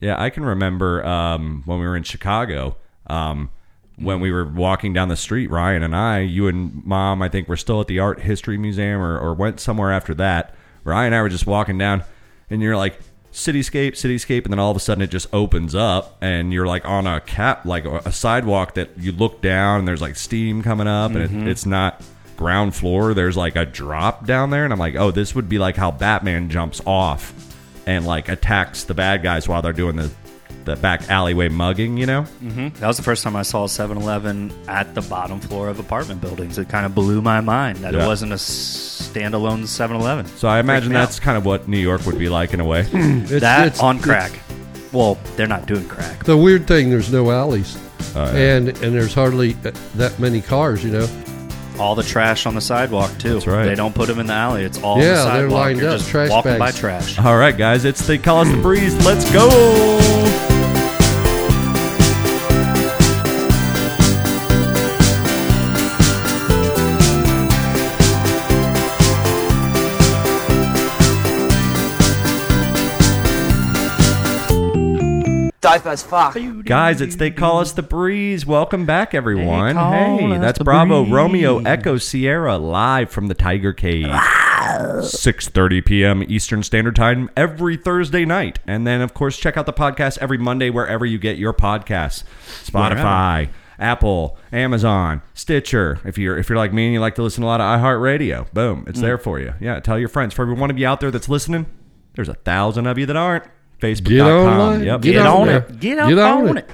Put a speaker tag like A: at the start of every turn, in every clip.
A: Yeah, I can remember um, when we were in Chicago. Um, when we were walking down the street, Ryan and I, you and Mom, I think we're still at the Art History Museum or, or went somewhere after that. Ryan and I were just walking down, and you're like, cityscape, cityscape, and then all of a sudden it just opens up, and you're like on a cap, like a a sidewalk that you look down, and there's like steam coming up, and it, it's not ground floor. There's like a drop down there, and I'm like, oh, this would be like how Batman jumps off and like attacks the bad guys while they're doing the the back alleyway mugging, you know?
B: That was the first time I saw a 7 Eleven at the bottom floor of apartment buildings. It kind of blew my mind that
A: Yeah.
B: it wasn't a standalone 7 Eleven.
A: So I imagine
B: me out.
A: that's kind of what New York would be like in a way.
C: It's,
B: that
C: it's-
B: on
C: it's-
B: crack. Well, they're not doing crack.
C: the weird thing, there's no alleys,
B: Oh,
A: yeah.
C: and and there's hardly uh, that many cars. You know,
B: All the trash on the sidewalk, too. That's
A: right.
B: They don't put them in the alley. It's all on
C: Yeah,
B: the
C: they're
B: sidewalk.
C: lined
B: You're
C: up,
B: just
C: trash
B: walking
C: bags.
B: by trash.
A: All right, guys, it's the Call Us the Breeze. Let's go.
D: Diapers, fuck.
A: Guys, it's They Call Us the Breeze. Welcome back, everyone.
B: call
A: Hey,
B: us
A: that's
B: the
A: Bravo
B: breeze.
A: Romeo Echo Sierra live from the Tiger Cage. 6:30 p.m. Eastern Standard Time every Thursday night. And then of course check out the podcast every Monday wherever you get your podcasts. Spotify, Apple, Amazon, Stitcher. If you're if you're like me and you like to listen to a lot of iHeartRadio, boom,
C: Mm.
A: it's there for you. Yeah, tell your friends. For every one of you out there that's listening, there's a thousand of you that aren't.
C: get
A: Facebook.com.
C: online,
A: Yep.
C: get,
B: on
C: there.
B: it. Get up on it. Come on, man.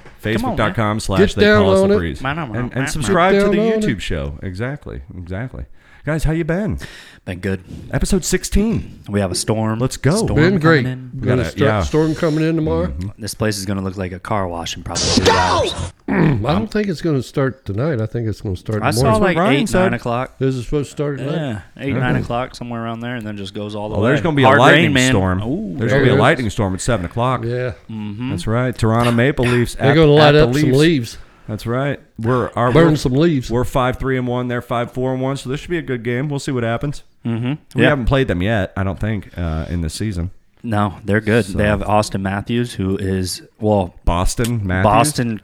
A: Facebook.com slash
C: Get
A: they call us
C: down
A: the
C: on it.
A: breeze.
B: Man, I'm-
A: And,
B: I'm-
A: and subscribe to the
C: down on it.
A: YouTube show. Exactly. Exactly. Guys, how you been?
B: Been good.
A: Episode 16.
B: We have a storm.
A: Let's go.
B: Storm
C: Been
B: coming
C: great.
B: in. Mm-hmm.
C: Got
A: gotta-
C: a
A: yeah.
C: storm coming in tomorrow.
B: This place is going to look like a car wash in probably three hours.
C: I don't think it's going to start tonight. I think it's going to start.
B: I
C: in the
B: saw
C: morning.
B: like
A: Ryan
B: 8,
A: said.
B: 9 o'clock.
C: This is supposed to start at night.
B: Yeah, 8, 9 o'clock, somewhere around there, and then just goes all the
A: Oh,
B: way.
A: there's going to be
B: Hard
A: a lightning
B: rain, man.
A: storm.
B: Ooh,
A: there's going
C: there
A: to
C: it
A: be a
C: is.
A: lightning storm at 7 o'clock.
C: Yeah.
B: Mm. Mm-hmm.
A: That's right. Toronto Maple Leafs.
C: They're
A: at-
C: going to light
A: at the
C: up some leaves,
A: That's right. We're our
C: burn some leaves.
A: We're five three and one. They're five four and one. So this should be a good game. We'll see what happens. Mm-hmm. We
B: Yeah.
A: haven't played them yet. I don't think uh, in the season.
B: No, they're good. They have Austin Matthews, who is, well,
A: Boston, Matthews?
B: Boston,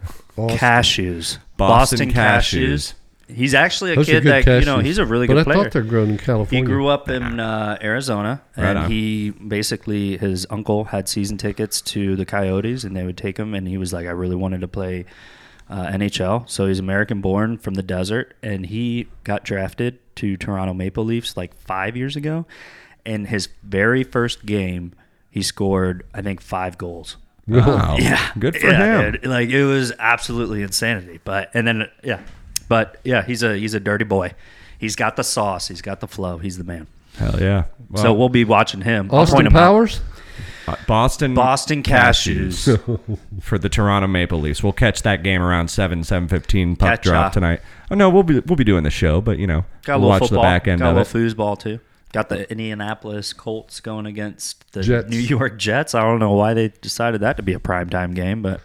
B: cashews.
A: Boston
B: Boston,
A: cashews.
B: cashews. He's actually a
C: Those are
B: kid
C: good
B: that you know.
C: cashews.
B: He's a really
C: but
B: good
C: I
B: player.
C: thought they're grown in
B: he
C: California.
B: grew up in uh, Arizona,
A: Right
B: and
A: on.
B: he basically his uncle had season tickets to the Coyotes, and they would take him. And he was like, "I really wanted to play uh, NHL." So he's American born from the desert, and he got drafted to Toronto Maple Leafs like five years ago. And his very first game, he scored I think five goals.
A: Wow. Yeah. Good for
B: Yeah,
A: him.
B: dude. like it was absolutely insanity. But and then yeah, but yeah, he's a he's a dirty boy. He's got the sauce. He's got the flow. He's the man.
A: Hell yeah. Well,
B: so we'll be watching him. I'll point
C: Austin
B: him out.
C: Powers.
A: uh, Boston,
B: Boston cashews.
A: for the Toronto Maple Leafs. We'll catch that game around seven seven fifteen puck
B: Catch
A: drop
B: ya.
A: tonight. Oh no, we'll be we'll be doing the show, but you know,
B: Got a
A: we'll
B: little
A: watch
B: football.
A: the back end
B: got a
A: of it.
B: little foosball too. Got the Indianapolis Colts going against the
C: Jets.
B: New York Jets. I don't know why they decided that to be a primetime game, but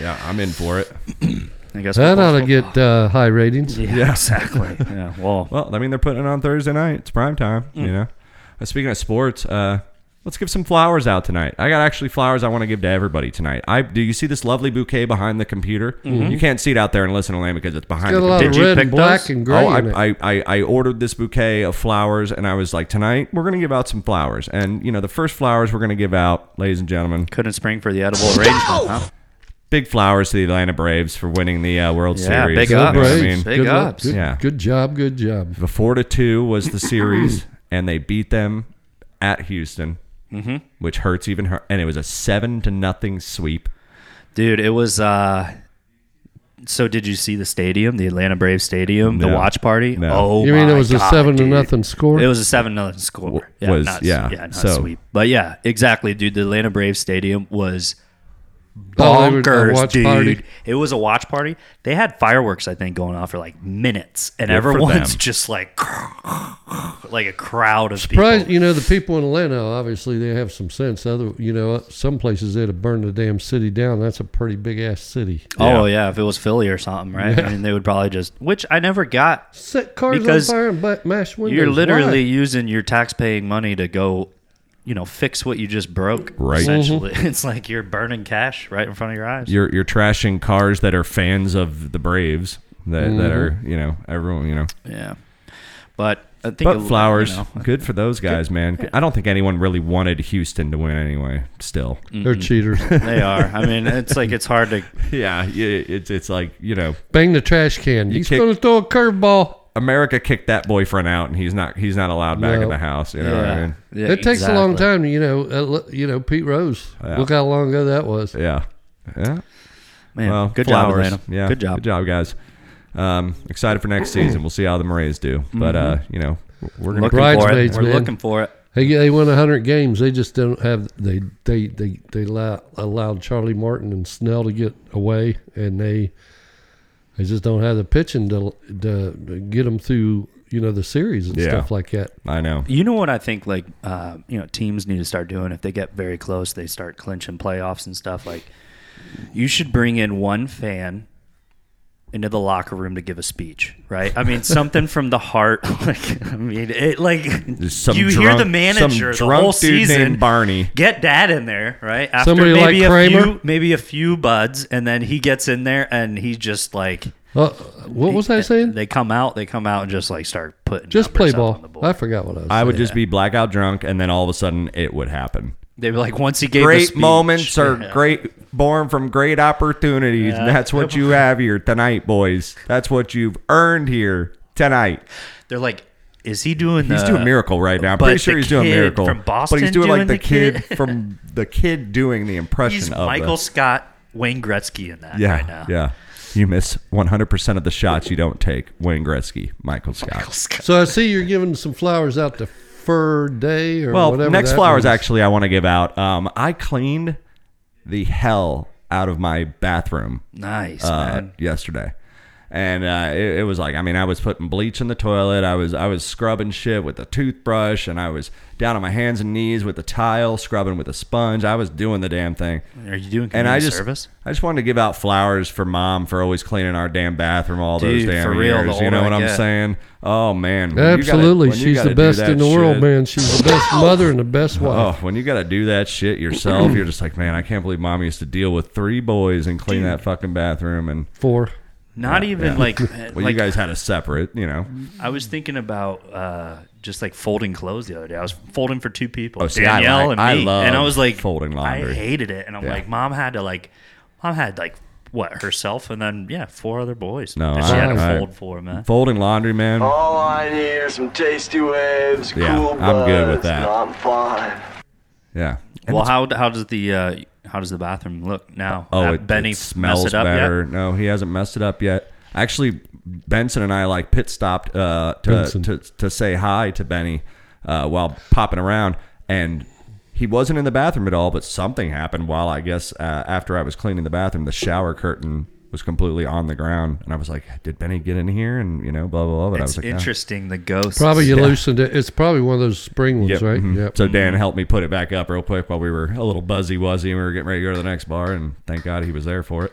A: Yeah, I'm in for it.
B: I guess
C: That
B: football's
C: ought to get uh, high ratings.
B: football. Yeah, exactly. yeah. Well,
A: Well, I mean, they're putting it on Thursday night. It's prime time.
C: Mm.
A: You know. Uh, speaking of sports, uh, let's give some flowers out tonight. I got actually flowers I want to give to everybody tonight. I do you see this lovely bouquet behind the computer? You can't see it out there and listen to Lane because it's behind
C: Mm-hmm. Got a
A: the
C: lot
A: computer.
B: Did you
C: of red
B: pick
C: and black
B: those?
C: and gray.
A: oh,
C: in it.
A: I, I, I, I ordered this bouquet of flowers, and I was like, tonight we're gonna give out some flowers, and you know the first flowers we're gonna give out, ladies and gentlemen,
B: couldn't spring for the edible arrangement, huh?
A: big flowers to the Atlanta Braves for winning the uh, World
B: Yeah,
A: Series.
B: big
A: You know
B: ups.
A: what I
C: Braves.
A: mean?
B: Big
C: good luck.
B: ups.
C: Good,
A: Yeah.
C: good job. Good job.
A: The four to two was the series, and they beat them at Houston,
B: Mm-hmm.
A: which hurts even. Hurt. And it was a seven to nothing sweep.
B: Dude, it was. uh So, did you see the stadium, the Atlanta Braves stadium,
A: No.
B: the watch party?
A: No.
B: Oh,
C: You mean it
B: my
C: was a
B: God,
C: seven to
B: dude.
C: nothing score?
B: It was a seven nothing score. Yeah,
A: was-
B: not,
A: yeah,
B: yeah, not
A: so-
B: sweep. But yeah, exactly, dude. The Atlanta Braves stadium was
C: Oh, they were- a
B: bonkers,
C: watch
B: dude.
C: party.
B: It was a watch party. They had fireworks, I think, going off for like minutes, and
A: for
B: everyone's
A: them.
B: just like, like a crowd of
C: Surprise,
B: people.
C: you know the people in Atlanta. Obviously, they have some sense. Other, you know, some places they'd have burned the damn city down. That's a pretty big ass city.
B: Oh yeah, if it was Philly or something, right? I mean, they would probably just. Which I never got.
C: Set cars
B: Because
C: on fire and ba- mash windows.
B: You're literally
C: Why?
B: using your tax-paying money to go you know, fix what you just broke.
A: Right.
C: Mm-hmm.
B: Essentially, it's like you're burning cash right in front of your eyes.
A: You're you're trashing cars that are fans of the Braves that, that are you know everyone you know.
B: yeah. But I think a-
A: But
B: you
A: flowers,
B: know,
A: good for those guys, man. I don't think anyone really wanted Houston to win anyway. Still,
B: Mm.
C: They're cheaters.
B: they are. I mean, it's like it's hard to.
A: yeah, y- it's it's like you know
C: Bang the trash can. He's
A: kick-
C: going to throw a curveball.
A: America kicked that boyfriend out, and he's not he's not allowed back in
C: No.
A: the house. You know what I
B: Yeah.
A: mean?
B: Yeah,
C: it takes a long
B: exactly.
C: time, you know. Uh, look- you know, Pete Rose.
A: Yeah.
C: Look how long ago that was.
A: Yeah, yeah.
B: Man,
A: well,
B: good
A: flowers.
B: job, Atlanta.
A: Yeah,
B: good job.
A: good job, guys. Um, excited for next season. We'll see how the Marines do, but uh,
B: Mm-hmm.
A: you know, we're gonna
B: Looking for it.
C: Bridesmaids,
B: We're
C: man.
B: looking for it.
C: Hey, yeah, they won hundred games. They just don't have. They they they they allow, allowed Charlie Martin and Snell to get away, and they they just don't have the pitching to to get them through. You know, the series and
A: Yeah.
C: stuff like that.
A: I know.
B: You know what I think? Like, uh, you know, teams need to start doing if they get very close, they start clinching playoffs and stuff. Like, you should bring in one fan into the locker room to give a speech, right? I mean, something from the heart. Like, I mean, it like
A: There's some
B: you hear
A: drunk-
B: the manager
A: some
B: the whole
A: drunk dude named
B: season.
A: Barney.
B: Get dad in there, right? After
C: Somebody like
B: maybe a
C: Kramer?
B: few, maybe a few buds, and then he gets in there and he just like.
C: Uh, what was I saying?
B: They come out. They come out and just like start putting
C: just play
B: numbers up
C: ball.
B: on the board.
C: I forgot what I was.
A: I
C: saying.
A: would just be blackout drunk, and then all of a sudden it would happen.
B: They were like once he gave a
A: great
B: speech-
A: moments are
B: Yeah.
A: great born from great opportunities. and That's what you have here tonight, boys. That's what you've earned here tonight.
B: They're like, is he doing?
A: He's
B: the-
A: doing miracle right now. I'm
B: Uh, but
A: pretty sure
B: the
A: he's doing
B: kid
A: miracle
B: from Boston
A: But he's doing, like
B: doing
A: the,
B: the
A: kid,
B: kid?
A: from the kid doing the impression
B: He's
A: of
B: Michael
A: The,
B: Scott, Wayne Gretzky in that
A: yeah,
B: right now.
A: yeah. You miss 100 percent of the shots you don't take. Wayne Gretzky, Michael Scott.
C: So I see you're giving some flowers out to Fur Day or
A: Well,
C: whatever.
A: next
C: that
A: flowers
C: means.
A: actually I want to give out. Um, I cleaned the hell out of my bathroom
B: Nice
A: uh,
B: man.
A: yesterday, and uh, it, it was like I mean I was putting bleach in the toilet. I was I was scrubbing shit with a toothbrush, and I was down on my hands and knees with the tile, scrubbing with a sponge. I was doing the damn thing.
B: Are you doing
A: And I
B: community
A: just,
B: service?
A: I just wanted to give out flowers for mom for always cleaning our damn bathroom all those
B: Dude,
A: damn
B: for real, the
A: years. You
B: older
A: know
B: I
A: what I'm
B: get.
A: saying? Oh man, when you gotta-
C: Absolutely,
A: when you
C: she's
A: gotta
C: the
A: do
C: best
A: that
C: in the world,
A: shit-
C: man. She's the best mother and the best wife.
A: Oh, when you got to do that shit yourself, you're just like, man, I can't believe mom used to deal with three boys and clean that fucking bathroom. And
C: Four.
B: Not even like eh,
A: well,
B: like Mm-hmm.
A: you guys had a separate, you know.
B: I was thinking about uh, just like folding clothes the other day. I was folding for two people,
A: Oh, see, I
B: Danielle
A: like-
B: and
A: I
B: me,
A: love
B: and I was like
A: folding laundry.
B: I hated it, and I'm
A: Yeah.
B: like, mom had to like, mom had like what herself, and then yeah, four other boys.
A: No,
B: that she
A: I-
B: had to
A: I-
B: fold for man.
A: Folding laundry, man.
B: Oh.
D: All I need are some tasty waves,
A: Yeah,
D: cool
A: I'm good with
D: buds,
A: that.
D: and I'm fine.
A: Yeah.
B: well, how how does the uh, how does the bathroom look now?
A: Oh,
B: Uh,
A: it,
B: Benny
A: it smells
B: messed it up yet?
A: better. No, he hasn't messed it up yet. Actually, Benson and I like pit stopped uh, to,
C: Benson.
A: to to say hi to Benny uh, while popping around, and he wasn't in the bathroom at all. But something happened while I guess uh, after I was cleaning the bathroom, the shower curtain was completely on the ground, and I was like, "Did Benny get in here?" And you know, blah blah blah. But I
B: It's
A: was like, "Ah." "No."
B: interesting. The ghost.
C: Probably you loosened it. It's probably one of those spring ones,
A: Yep.
C: right?
A: mhm.
C: Yep. Mm-hmm.
A: So Dan helped me put it back up real quick while we were a little buzzy wuzzy and we were getting ready to go to the next bar and thank God he was there for it.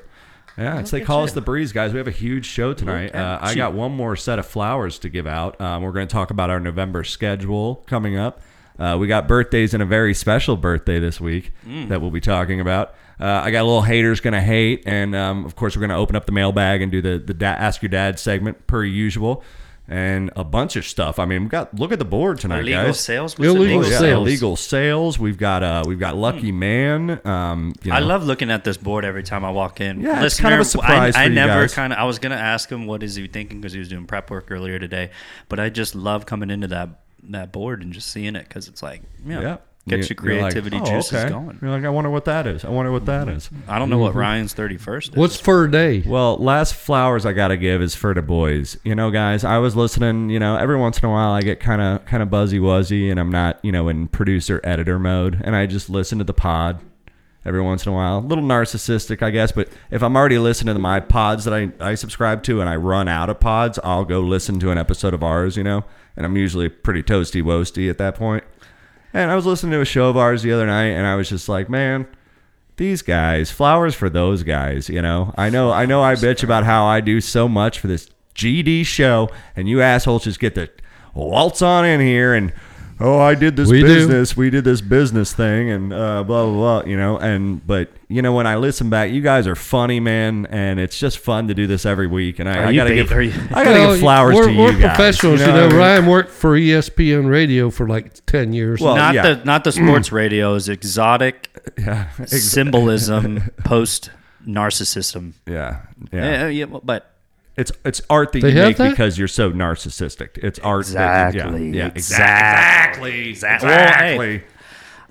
A: Yeah, it's, they call us the breeze, guys. We have a huge show tonight. Uh, I got one more set of flowers to give out. Um, we're going to talk about our November schedule coming up. Uh, we got birthdays and a very special birthday this week
B: Mm.
A: that we'll be talking about. Uh, I got a little haters gonna hate, and um, of course we're gonna open up the mailbag and do the the da- ask your dad segment per usual, and a bunch of stuff. I mean, we got look at the board tonight,
B: Illegal
A: guys.
B: sales.
C: Illegal
B: illegal
A: Yeah,
C: sales.
A: illegal sales. We've got uh, we've got Lucky Man. Um, you know,
B: Hmm. I love looking at this board every time I walk in.
A: Yeah, it's kind of a surprise
B: I, I
A: for you
B: never
A: guys.
B: kind of. I was gonna ask him what is he thinking because he was doing prep work earlier today, but I just love coming into that that board and just seeing it because it's like yeah,
A: Yeah.
B: gets
A: You-
B: your
A: you're like,
B: creativity
A: "Oh,
B: juices
A: okay." Mm-hmm.
B: going. Mm-hmm.
A: You're like, I wonder what that is. I wonder what that is.
B: I don't know what Ryan's thirty first is.
C: What's Fur Day?
A: Well, last flowers I gotta give is for the boys. You know, guys, I was listening. You know, every once in a while I get kind of kind of buzzy wuzzy, and I'm not you know in producer editor mode, and I just listen to the pod every once in a while. A little narcissistic, I guess, but if I'm already listening to my pods that I I subscribe to, and I run out of pods, I'll go listen to an episode of ours. You know, and I'm usually pretty toasty woasty at that point. And I was listening to a show of ours the other night, and I was just like, man, these guys, flowers for those guys. You know, I know, I know, I bitch about how I do so much for this GD show, and you assholes just get to waltz on in here and oh, I did this
C: We do.
A: business, we did this business thing, and uh, blah blah blah, you know. And but you know, when I listen back, you guys are funny, man, and it's just fun to do this every week. And
B: Are
A: I, I
B: you
A: gotta
B: ba-
A: give,
B: are you-
A: I gotta
C: Well,
A: give flowers
C: we're,
A: to you
C: we're
A: guys.
C: professionals, you
A: what
C: know.
A: I mean?
C: Ryan worked for E ESPN Radio for like ten years.
A: Well,
B: not
A: yeah.
B: the not the sports radio is exotic symbolism post narcissism.
A: Yeah, yeah.
B: Yeah. yeah, but
A: It's it's art that
C: They
A: you
C: have
A: make
C: that?
A: because you're so narcissistic. It's art. that- yeah,
B: exactly,
A: yeah,
B: exactly, exactly.
A: Exactly.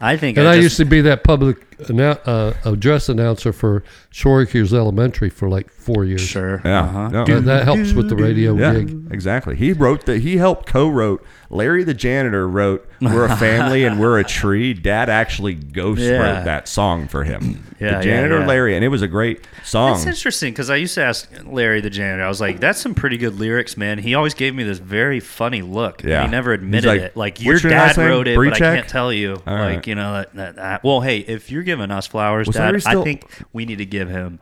B: I think
C: and
B: I,
C: I
B: just,
C: used to be that public annou- uh, address announcer for Syracuse Elementary for like four years.
B: sure.
A: Yeah.
B: Uh-huh.
A: No,
C: That, that helps with the radio
A: Yeah,
C: gig.
A: exactly. He wrote that. He helped co-wrote. Larry the janitor wrote "We're a family and we're a tree." Dad actually ghost
B: Yeah.
A: wrote that song for him.
B: Yeah, yeah,
A: the janitor
B: yeah.
A: Larry, and it was a great
B: That's
A: song.
B: interesting because I used to ask Larry the janitor. I was like, "That's some pretty good lyrics, man." He always gave me this very funny look. and
A: Yeah.
B: he never
A: He's
B: admitted
A: like,
B: it. Like
A: "What's
B: your
A: your
B: dad
A: last name?
B: wrote it, but I
A: Brechek?"
B: can't tell you.
A: All
B: like
A: right.
B: you know that, that, that- Well, hey, if you're giving us flowers,
A: Was
B: Dad,
A: Larry
B: I
A: still-
B: think we need to give him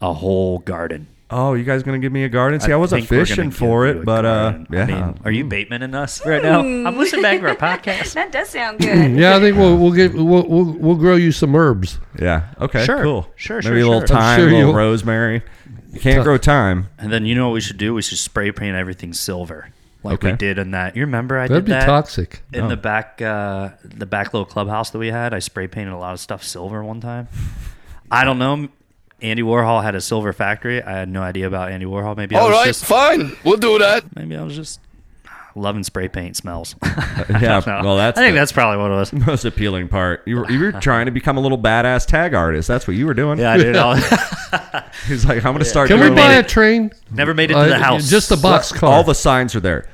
B: a whole garden.
A: Oh, you guys gonna give me a garden? See, I, wasn't
B: think we're gonna
A: fishing
B: give
A: for
B: you a
A: it, but uh,
B: garden.
A: yeah.
B: I mean, are you Bateman and us right now? I'm listening back to our podcast.
E: That does sound good.
C: Yeah, I think we'll we'll get we'll we'll, we'll grow you some herbs.
A: Yeah. Okay.
B: Sure.
A: Cool.
B: Sure,
A: Maybe
B: sure,
A: a little
B: sure.
A: thyme,
C: sure
A: a little
C: you'll-
A: rosemary. You can't grow thyme.
B: And then you know what we should do? We should spray paint everything silver, like we
A: Okay. Oh.
B: did in that. You remember I
C: That'd
B: did
C: be
B: that
C: toxic.
B: in the back, uh, the back little clubhouse that we had. I spray painted a lot of stuff silver one time. I don't know. Andy Warhol had a silver factory. I had no idea about Andy Warhol. Maybe I
F: All
B: was
F: right,
B: just
F: fine. We'll do that.
B: maybe I was just loving spray paint smells. I don't
A: yeah,
B: know.
A: well, that's
B: I think
A: the-
B: that's probably what it was.
A: Most appealing part. You were, you were trying to become a little badass tag artist. That's what you were doing.
B: Yeah, I did. All,
A: He's like, I'm gonna start.
C: Can we
A: doing
C: buy
A: all-
C: a train?
B: never made it to
C: Uh,
B: the house.
C: Just a box car.
A: All the signs are there.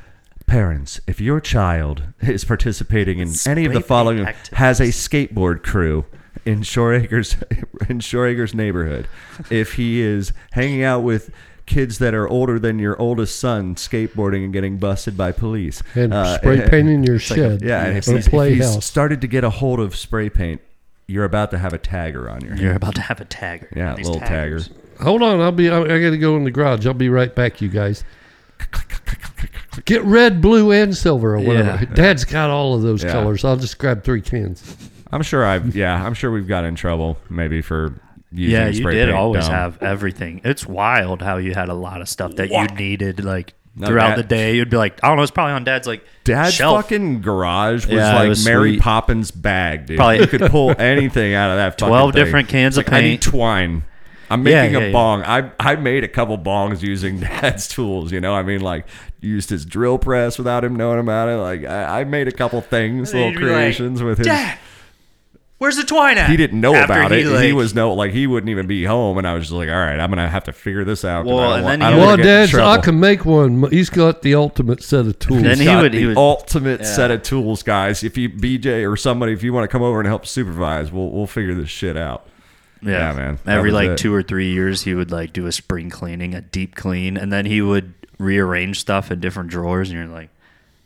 A: Parents, if your child is participating in any of the
B: Scraping
A: following,
B: activities.
A: has a skateboard crew in Shore Acres, in Shore Acres neighborhood, if he is hanging out with kids that are older than your oldest son skateboarding and getting busted by police,
C: and
A: uh,
C: spray painting your shed
A: yeah, and if
C: or
A: he's, if he's
C: playhouse.
A: started to get a hold of spray paint, you're about to have a tagger on your hand.
B: You're about to have a tagger.
A: Yeah,
B: These
A: little
B: taggers.
A: tagger.
C: Hold on, I'll be. I, I got to go in the garage. I'll be right back, you guys. Get red, blue, and silver, or whatever.
B: Yeah.
C: Dad's got all of those
A: Yeah.
C: colors. I'll just grab three cans.
A: I'm sure I've yeah, I'm sure we've got in trouble maybe for using
B: Yeah, you
A: spray
B: did
A: paint
B: always
A: dumb.
B: have everything. It's wild how you had a lot of stuff that you needed like
A: No,
B: throughout
A: Dad-
B: the day. You'd be like, I don't know, it's probably on dad's like
A: Dad's
B: shelf.
A: fucking garage was
B: Yeah, it
A: like
B: was
A: Mary
B: sweet.
A: Poppins bag, dude.
B: Probably-
A: you could pull anything out of that. fucking
B: 12
A: thing.
B: different cans
A: It's
B: of
A: like, I
B: paint.
A: need twine. I'm
B: Yeah,
A: making
B: yeah,
A: a
B: yeah.
A: bong. I I made a couple bongs using Dad's tools. You know, I mean, like used his drill press without him knowing about it. Like I, I made a couple things,
B: And
A: little
B: you'd be like,
A: creations with his.
B: Dad, where's the twine at?
A: He didn't know
B: After
A: about it. he
B: like-
A: was no like he wouldn't even be home, and I was just like, all right, I'm gonna have to figure this out. 'cause I
B: Well,
A: don't
B: and
A: want-
B: then
A: I
B: he
A: don't
B: would-
A: wanna
C: Well,
A: get in
C: Dad, I
A: trouble.
C: can make one. He's got the ultimate set of tools.
B: Then he
A: He's got
B: would-
A: the
B: he would-
A: ultimate set of tools, guys. If you BJ or somebody, if you want to come over and help supervise, we'll we'll figure this shit out.
B: yeah,
A: Yeah, man. That
B: Every
A: was
B: like
A: it.
B: two or three years, he would like do a spring cleaning, a deep clean, and then he would rearrange stuff in different drawers. And you're like,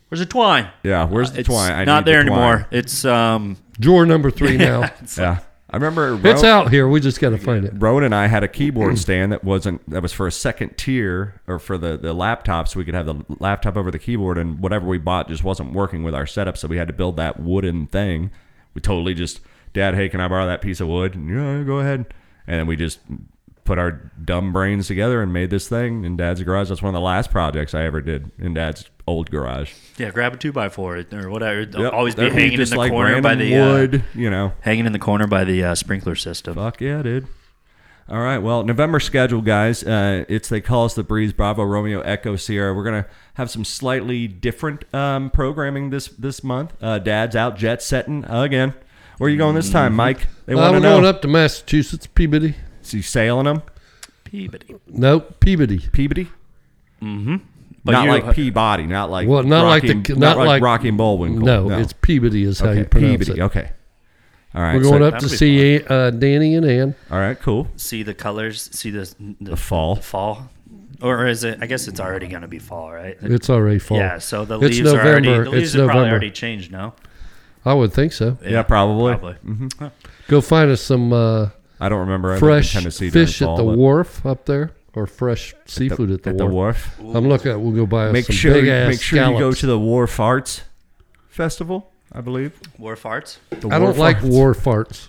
B: where's the twine?
A: Yeah, where's the
B: Uh, It's
A: twine? I
B: not
A: need
B: there
A: the twine.
B: anymore. It's um,
C: Drawer number three now.
A: Yeah, I remember.
C: It's
A: Ro-
C: out here. We just got to find it.
A: Rowan and I had a keyboard stand that wasn't that was for a second tier or for the the laptop, so we could have the laptop over the keyboard, and whatever we bought just wasn't working with our setup, so we had to build that wooden thing. We totally just, Dad, hey, can I borrow that piece of wood? And yeah, go ahead. And then we just put our dumb brains together and made this thing in Dad's garage. That's one of the last projects I ever did in Dad's old garage.
B: yeah, grab a two by four or whatever. It'll
A: Yep.
B: Always be
A: There'd
B: hanging in
A: just
B: the
A: like
B: corner by
A: random
B: the uh,
A: wood, you know.
B: hanging in the corner by the uh, sprinkler system.
A: Fuck yeah, dude. All right, well, November schedule, guys. Uh, it's they call us the Breeze Bravo Romeo Echo Sierra. We're gonna have some slightly different um, programming this this month. Uh, Dad's out jet setting again. Where you going this time, Mike? They
C: Uh,
A: want
C: we're
A: to know.
C: going up to Massachusetts, Peabody.
A: Is he sailing them?
B: Peabody.
C: Nope, Peabody.
A: Peabody?
B: Mm-hmm. But
A: not
B: you-
A: like Peabody. Not like
C: Well, not like
A: Rocky-
C: the-
A: not,
C: not
A: like
C: like-
A: Rocky and Bullwinkle.
C: No, it's Peabody is how
A: okay.
C: you pronounce
A: Peabody.
C: it.
A: Okay. All right.
C: We're going
A: so-
C: up to
B: that'll be
C: see uh, Danny and Ann.
A: All right. Cool.
B: see the colors, see the the,
A: The fall.
B: fall, or is it? I guess it's already going to be fall, right?
C: It's already fall.
B: Yeah, so the
C: It's
B: leaves are already the
C: November.
B: leaves
C: It's
B: are probably
C: November.
B: already changed. No,
C: I would think so.
A: Yeah, probably.
B: probably.
C: Mm. Go find us some uh,
A: I don't remember. I lived in
C: fresh
A: Tennessee during
C: fish at
A: fall,
C: the
A: but-
C: wharf up there, or fresh seafood at the
A: At the
C: wharf.
A: wharf.
C: I'm looking. At, we'll go buy us
A: make
C: some
A: sure
C: big
A: you,
C: ass
A: make sure you go to the Wharf Arts Festival. I believe.
B: War farts.
A: The
C: I don't like
A: Arts-
C: war farts.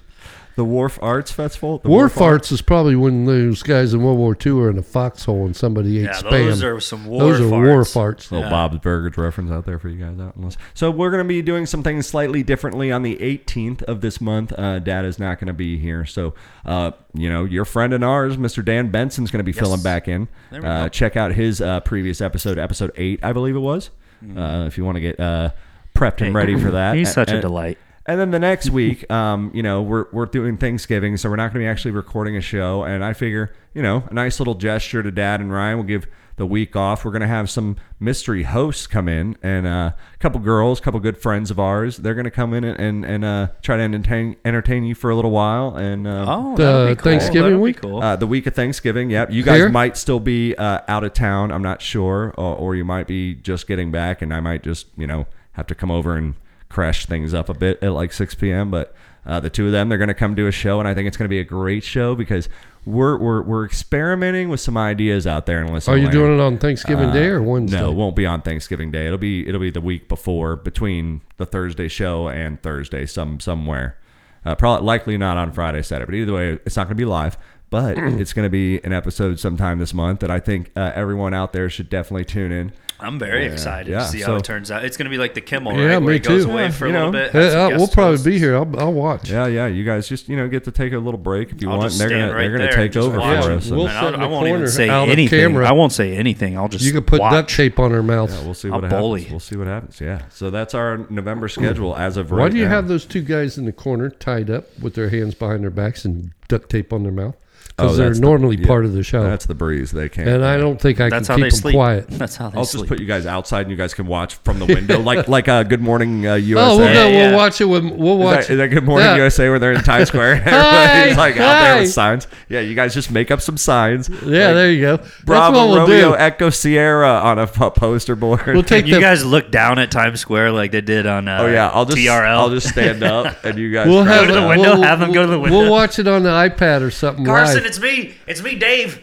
A: The Wharf Arts Festival. The
C: War
A: Wharf Arts-
C: farts is probably when those guys in World War II are in a foxhole and somebody ate
B: Yeah,
C: spam.
B: those are some war
C: Those are
B: farts.
C: war farts.
A: Little
B: Yeah.
A: Bob's Burgers reference out there for you guys out in Los- So we're going to be doing some things slightly differently on the 18th of this month. Uh, Dad is not going to be here, so uh, you know your friend and ours, Mr. Dan Benson's going to be filling back in.
B: There we
A: Uh,
B: go.
A: check out his uh, previous episode, episode eight, I believe it was. Uh, if you want to get uh, prepped and ready for that,
B: Hmm. He's such a
A: And-
B: delight.
A: And then the next week, um, you know, we're we're doing Thanksgiving, so we're not going to be actually recording a show. And I figure, you know, a nice little gesture to Dad and Ryan. We'll give the week off. We're going to have some mystery hosts come in, and uh, a couple girls, a couple good friends of ours. They're going to come in and and, and uh, try to entertain entertain you for a little while. And uh,
B: Oh,
C: The
B: that'd be cool.
C: Thanksgiving
B: That'd be
C: week?
B: cool.
A: uh, the week of Thanksgiving. Yep. You guys
C: Here?
A: might still be uh, out of town. I'm not sure. Or, or you might be just getting back, and I might just, you know, have to come over and crash things up a bit at like 6 p.m. But uh, the two of them, they're going to come do a show, and I think it's going to be a great show because we're, we're, we're experimenting with some ideas out there. And listen,
C: Are you doing it on Thanksgiving Day or Wednesday?
A: Oh, Uh, No, it won't be on Thanksgiving Day. It'll be it'll be the week before, between the Thursday show and Thursday, some somewhere. Uh, probably likely not on Friday, Saturday. But either way, it's not going to be live. But
C: Mm.
A: it's going to be an episode sometime this month that I think uh, everyone out there should definitely tune in.
B: I'm very excited
A: yeah,
B: to see how
A: so-
B: it turns out. It's going to be like the Kimmel,
C: Yeah,
B: right? Where
C: me
B: he goes
C: too.
B: away
C: Yeah,
B: for a
A: you
B: little
A: know.
B: bit.
C: Hey,
B: has some
C: I- uh, we'll
B: guest
C: probably
B: hosts.
C: be here. I'll, I'll watch.
A: Yeah, yeah. You guys just you know get to take a little break if you
B: I'll
A: want.
B: just
A: they're
B: stand
A: gonna
B: right
A: they're gonna
B: there and
A: take
B: just
A: over for
B: watch.
A: us. and-
C: We'll
B: And I,
C: sit
B: don't-
C: in
B: I
C: the
B: won't even
C: corner
B: say
C: out of
B: anything.
C: camera.
B: I won't say anything. I'll just
C: You could put
B: watch.
C: duct tape on her mouth.
A: yeah, we'll see
B: I'll
A: what happens.
B: bully.
A: We'll see what happens. Yeah. So that's our November schedule as of right
C: Why do you
A: now.
C: have those two guys in the corner tied up with their hands behind their backs and duct tape on their mouth?
A: Oh,
C: Because they're
A: that's the-
C: normally
A: yeah,
C: part of the show.
A: That's the breeze. They can't.
C: and I don't think I
B: That's how
C: can
B: they
C: keep them
B: sleep.
C: quiet.
B: That's how they
A: I'll just
B: sleep.
A: put you guys outside, and you guys can watch from the window, like like uh, Good Morning uh, USA.
C: Oh, we'll go.
B: Yeah, yeah.
C: We'll watch it. With, we'll
A: Is that-
C: watch
A: is that Good Morning
C: Yeah.
A: USA where they're in Times Square? and
C: Hi,
A: Everybody's like out there
C: hi.
A: with signs. Yeah, you guys just make up some signs.
C: it. Yeah, there you go.
A: Bravo
C: That's what we'll
A: Romeo
C: do.
A: Echo Sierra on a, a poster board.
C: We'll take
B: you
C: the.
B: guys look down at Times Square like they did on uh,
A: oh yeah, I'll just
B: TRL.
A: I'll just stand up, and you guys
C: We'll
A: try
C: have
B: to the
C: it-
B: window,
C: We'll,
B: have them go to the
C: we'll- We'll
B: window.
C: watch it on the iPad or something.
B: Carson,
C: live.
B: it's me. It's me, Dave.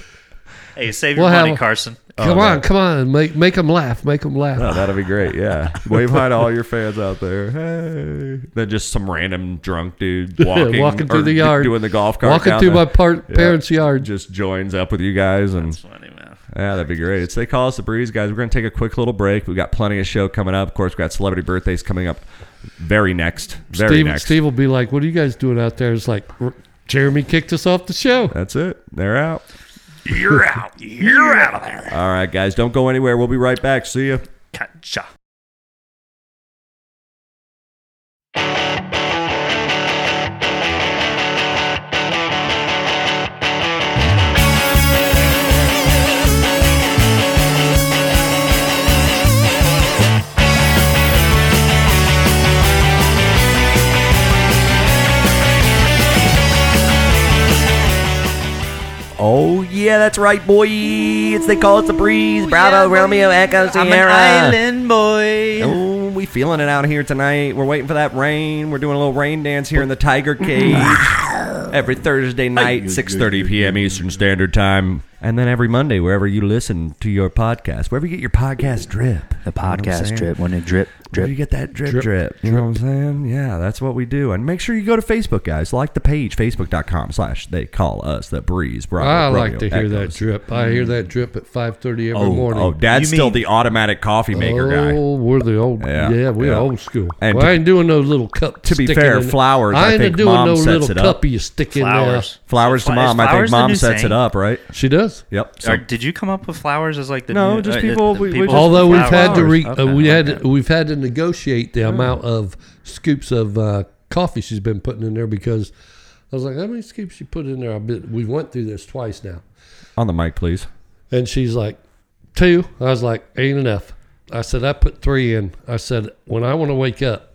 B: hey, save
C: We'll
B: your
C: have
B: money,
C: a-
B: Carson.
C: come on, come on, make make them laugh, make them laugh.
A: Oh, that'd be great. Yeah, wave hi to all your fans out there. Hey, then just some random drunk dude walking,
C: Walking through
A: or
C: the yard.
A: doing the golf cart,
C: Walking
A: down
C: through
A: the-
C: my par- parents' yard.
A: just joins up with you guys and
B: Funny man.
A: Yeah, that'd be great. It's they call us the Breeze guys. We're gonna take a quick little break. We've got plenty of show coming up. Of course, we've got celebrity birthdays coming up very next. Very
C: Steve,
A: next.
C: Steve will be like, "What are you guys doing out there?" It's like "R- Jeremy kicked us off the show.
A: That's it. They're out.
B: You're out. You're out of there.
A: All right, guys, don't go anywhere. We'll be right back. See ya.
B: Gotcha.
A: Oh yeah, that's right, boy. It's they call us the Breeze. Bravo, Romeo, Echo,
B: I'm an island boy.
A: Oh, we feeling it out here tonight. We're waiting for that rain. We're doing a little rain dance here in the Tiger
B: Mm-hmm.
A: Cage every Thursday night, 6:30 p.m. Eastern Standard Time, and then every Monday wherever you listen to your podcast, wherever you get your podcast drip.
B: The
A: You know what I'm
B: podcast
A: saying?
B: drip when it drip
A: Where
B: drip.
A: you get that drip, drip, You know what I'm saying? Yeah, that's what we do. And make sure you go to Facebook, guys. Like the page, facebook.com slash they call us the breeze. Bravo,
C: I like
A: Romeo,
C: to hear that
A: Echoes.
C: drip. I hear that drip at five thirty every
A: Mm-hmm. Oh,
C: morning.
A: oh, dad's
B: You
A: still
B: mean-
A: the automatic coffee maker guy.
C: Oh, we're the old.
A: Yeah,
C: Yeah, we're
A: yeah.
C: old school.
A: And
C: well,
A: to-
C: I ain't doing no little cup.
A: to be
C: sticking
A: fair,
C: in it.
A: flowers, I
C: I ain't
A: think
C: doing
A: Mom
C: no
A: sets
C: little
A: it up.
C: cup you stick
B: uh,
C: in there.
B: Flowers.
A: Flowers to
B: Is
A: mom. I think
B: flowers the
A: mom
B: new
A: sets it
B: saying?
A: up, right?
C: She does.
A: Yep. so-
B: Or did you come up with flowers as like the
A: No,
B: new-
A: just
B: uh,
A: people-
B: the
A: we- we
B: people-
A: just-
C: Although we've had to
A: flowers.
C: re-
B: Okay,
C: uh, we had
B: okay.
C: we've had to negotiate the amount of scoops of uh, coffee she's been putting in there because I was like, how many scoops you put in there? I bet we went through this twice now,
A: On the mic, please.
C: and she's like, two. I was like, ain't enough. I said I put three in. I said when I want to wake up,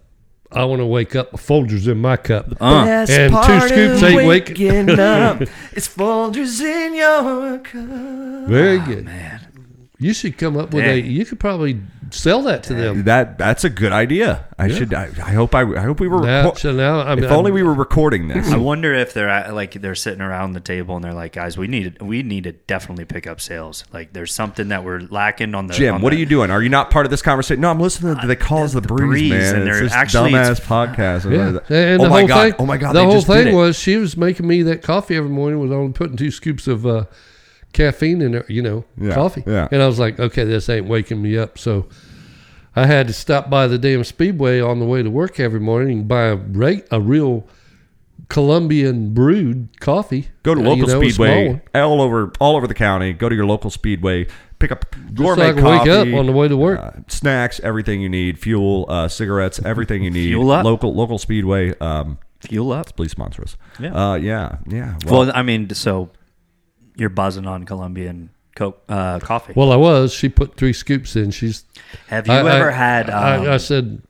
C: I want to wake up. with Folgers in my cup.
B: Uh.
A: Best
C: And two scoops ain't waking
A: up. It's Folgers in your cup.
C: Very good, man. You should come up with a.
B: Ah, Dang.
C: You could probably sell that to them.
A: That that's a good idea. I should. I, I hope. I, I hope we were.
C: Now,
A: reco-
C: so now, I mean,
A: if only we were recording this.
B: I wonder if they're at, like they're sitting around the table and they're like, guys, we need we need to definitely pick up sales. Like there's something that we're lacking on the
A: Jim,
B: on
A: what
B: the-
A: are you doing? Are you not part of this conversation? No, I'm listening to the calls the, the breeze,
B: breeze,
A: man.
B: and
A: it's
B: they're
A: this
B: actually-
A: dumbass
B: it's-
A: podcast.
C: Yeah,
A: Oh
C: and the
A: my
C: whole
A: god!
C: thing.
A: oh my god!
C: The
A: they
C: whole
A: just did
C: thing
A: it.
C: was she was making me that coffee every morning with only putting two scoops of uh, caffeine in there, you know,
A: Yeah,
C: coffee.
A: yeah.
C: And I was like, okay, this ain't waking me up, so I had to stop by the damn Speedway on the way to work every morning and buy a reg- a real Colombian brewed coffee.
A: Go to
C: uh,
A: local
C: you know, a small
A: speedway
C: one,
A: all over all over the county. Go to your local speedway. Pick up
C: Just so
A: gourmet
C: I could
A: coffee,
C: wake up on the way to work.
A: uh, snacks, everything you need, fuel, uh, cigarettes, everything you need.
B: Fuel up.
A: Local local speedway. Um,
B: Fuel up.
A: please sponsor us.
B: Yeah.
A: uh, yeah, yeah.
B: Well, I mean, so you're buzzing on Colombian co- uh, coffee.
C: well, I was. She put three scoops in. She's.
B: have you
C: I- I-
B: ever had? Um,
C: I, I said,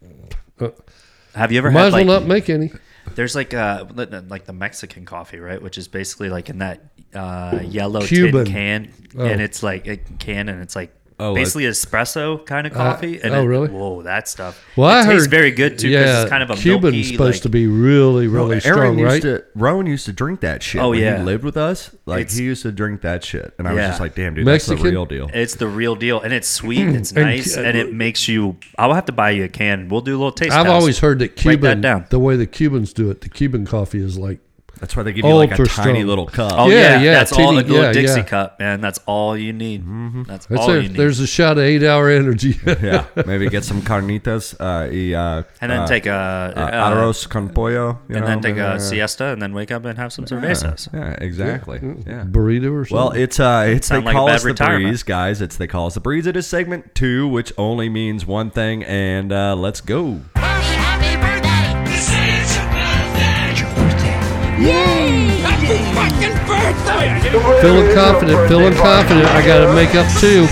B: have you ever
C: might
B: had
C: as well
B: like
C: not make any.
B: there's like uh li- like the Mexican coffee, right? Which is basically like in that uh, yellow
C: Cuban. Oh.
B: tin can, and it's like a can, and it's like.
A: Oh,
B: Basically, espresso kind of coffee. and
C: oh,
B: it-
C: really?
B: Whoa, that stuff.
C: Well,
B: it
C: I
B: tastes
C: heard
B: very good too. 'cause
C: Yeah,
B: it's kind of a
C: Cuban's
B: milky,
C: supposed
B: like-
C: to be really, really
A: Aaron
C: strong,
A: used
C: right?
A: to Rowan used to drink that shit.
B: Oh,
A: when
B: yeah.
A: he lived with us. Like
B: It's-
A: he used to drink that shit, and I was
B: Yeah.
A: just like, damn, dude, that's the
C: Mexican?
A: real deal.
B: It's the real deal, and it's sweet. It's nice, and it makes you. I'll have to buy you a can. We'll do a little taste.
C: I've
B: test.
C: always heard that
B: Write that
C: Cuban,
B: down.
C: the way the Cubans do it, the Cuban coffee is like,
A: That's why they give you like a
C: Ultra
A: tiny
C: strong.
A: little cup.
B: Oh yeah,
C: Yeah, yeah,
B: that's all. A
C: teeny-
B: little
C: yeah,
B: Dixie
C: yeah.
B: cup, man. That's all you need.
A: Mm-hmm.
B: That's,
C: that's
B: all
C: it.
B: you need.
C: there's a shot of eight hour energy.
A: yeah, maybe get some carnitas, uh, y, uh,
B: and then
A: uh,
B: take a
A: uh,
B: uh,
A: arroz con pollo, you
B: and then
C: Oh,
A: know,
B: take
A: uh,
B: a siesta, and then wake up and have some cervezas.
A: Yeah, exactly. Yeah.
C: Burrito or something.
A: Well, it's uh, it's
B: Sound
A: they
B: like
A: call
B: bad
A: us the
B: retirement.
A: breeze, guys. It's they call us the breeze. It is segment two, which only means one thing, and uh, let's go.
E: Mommy, happy birthday! This is your birthday! It's your birthday! Yay! Happy fucking birthday!
C: feeling confident, feeling confident. I got to make up two.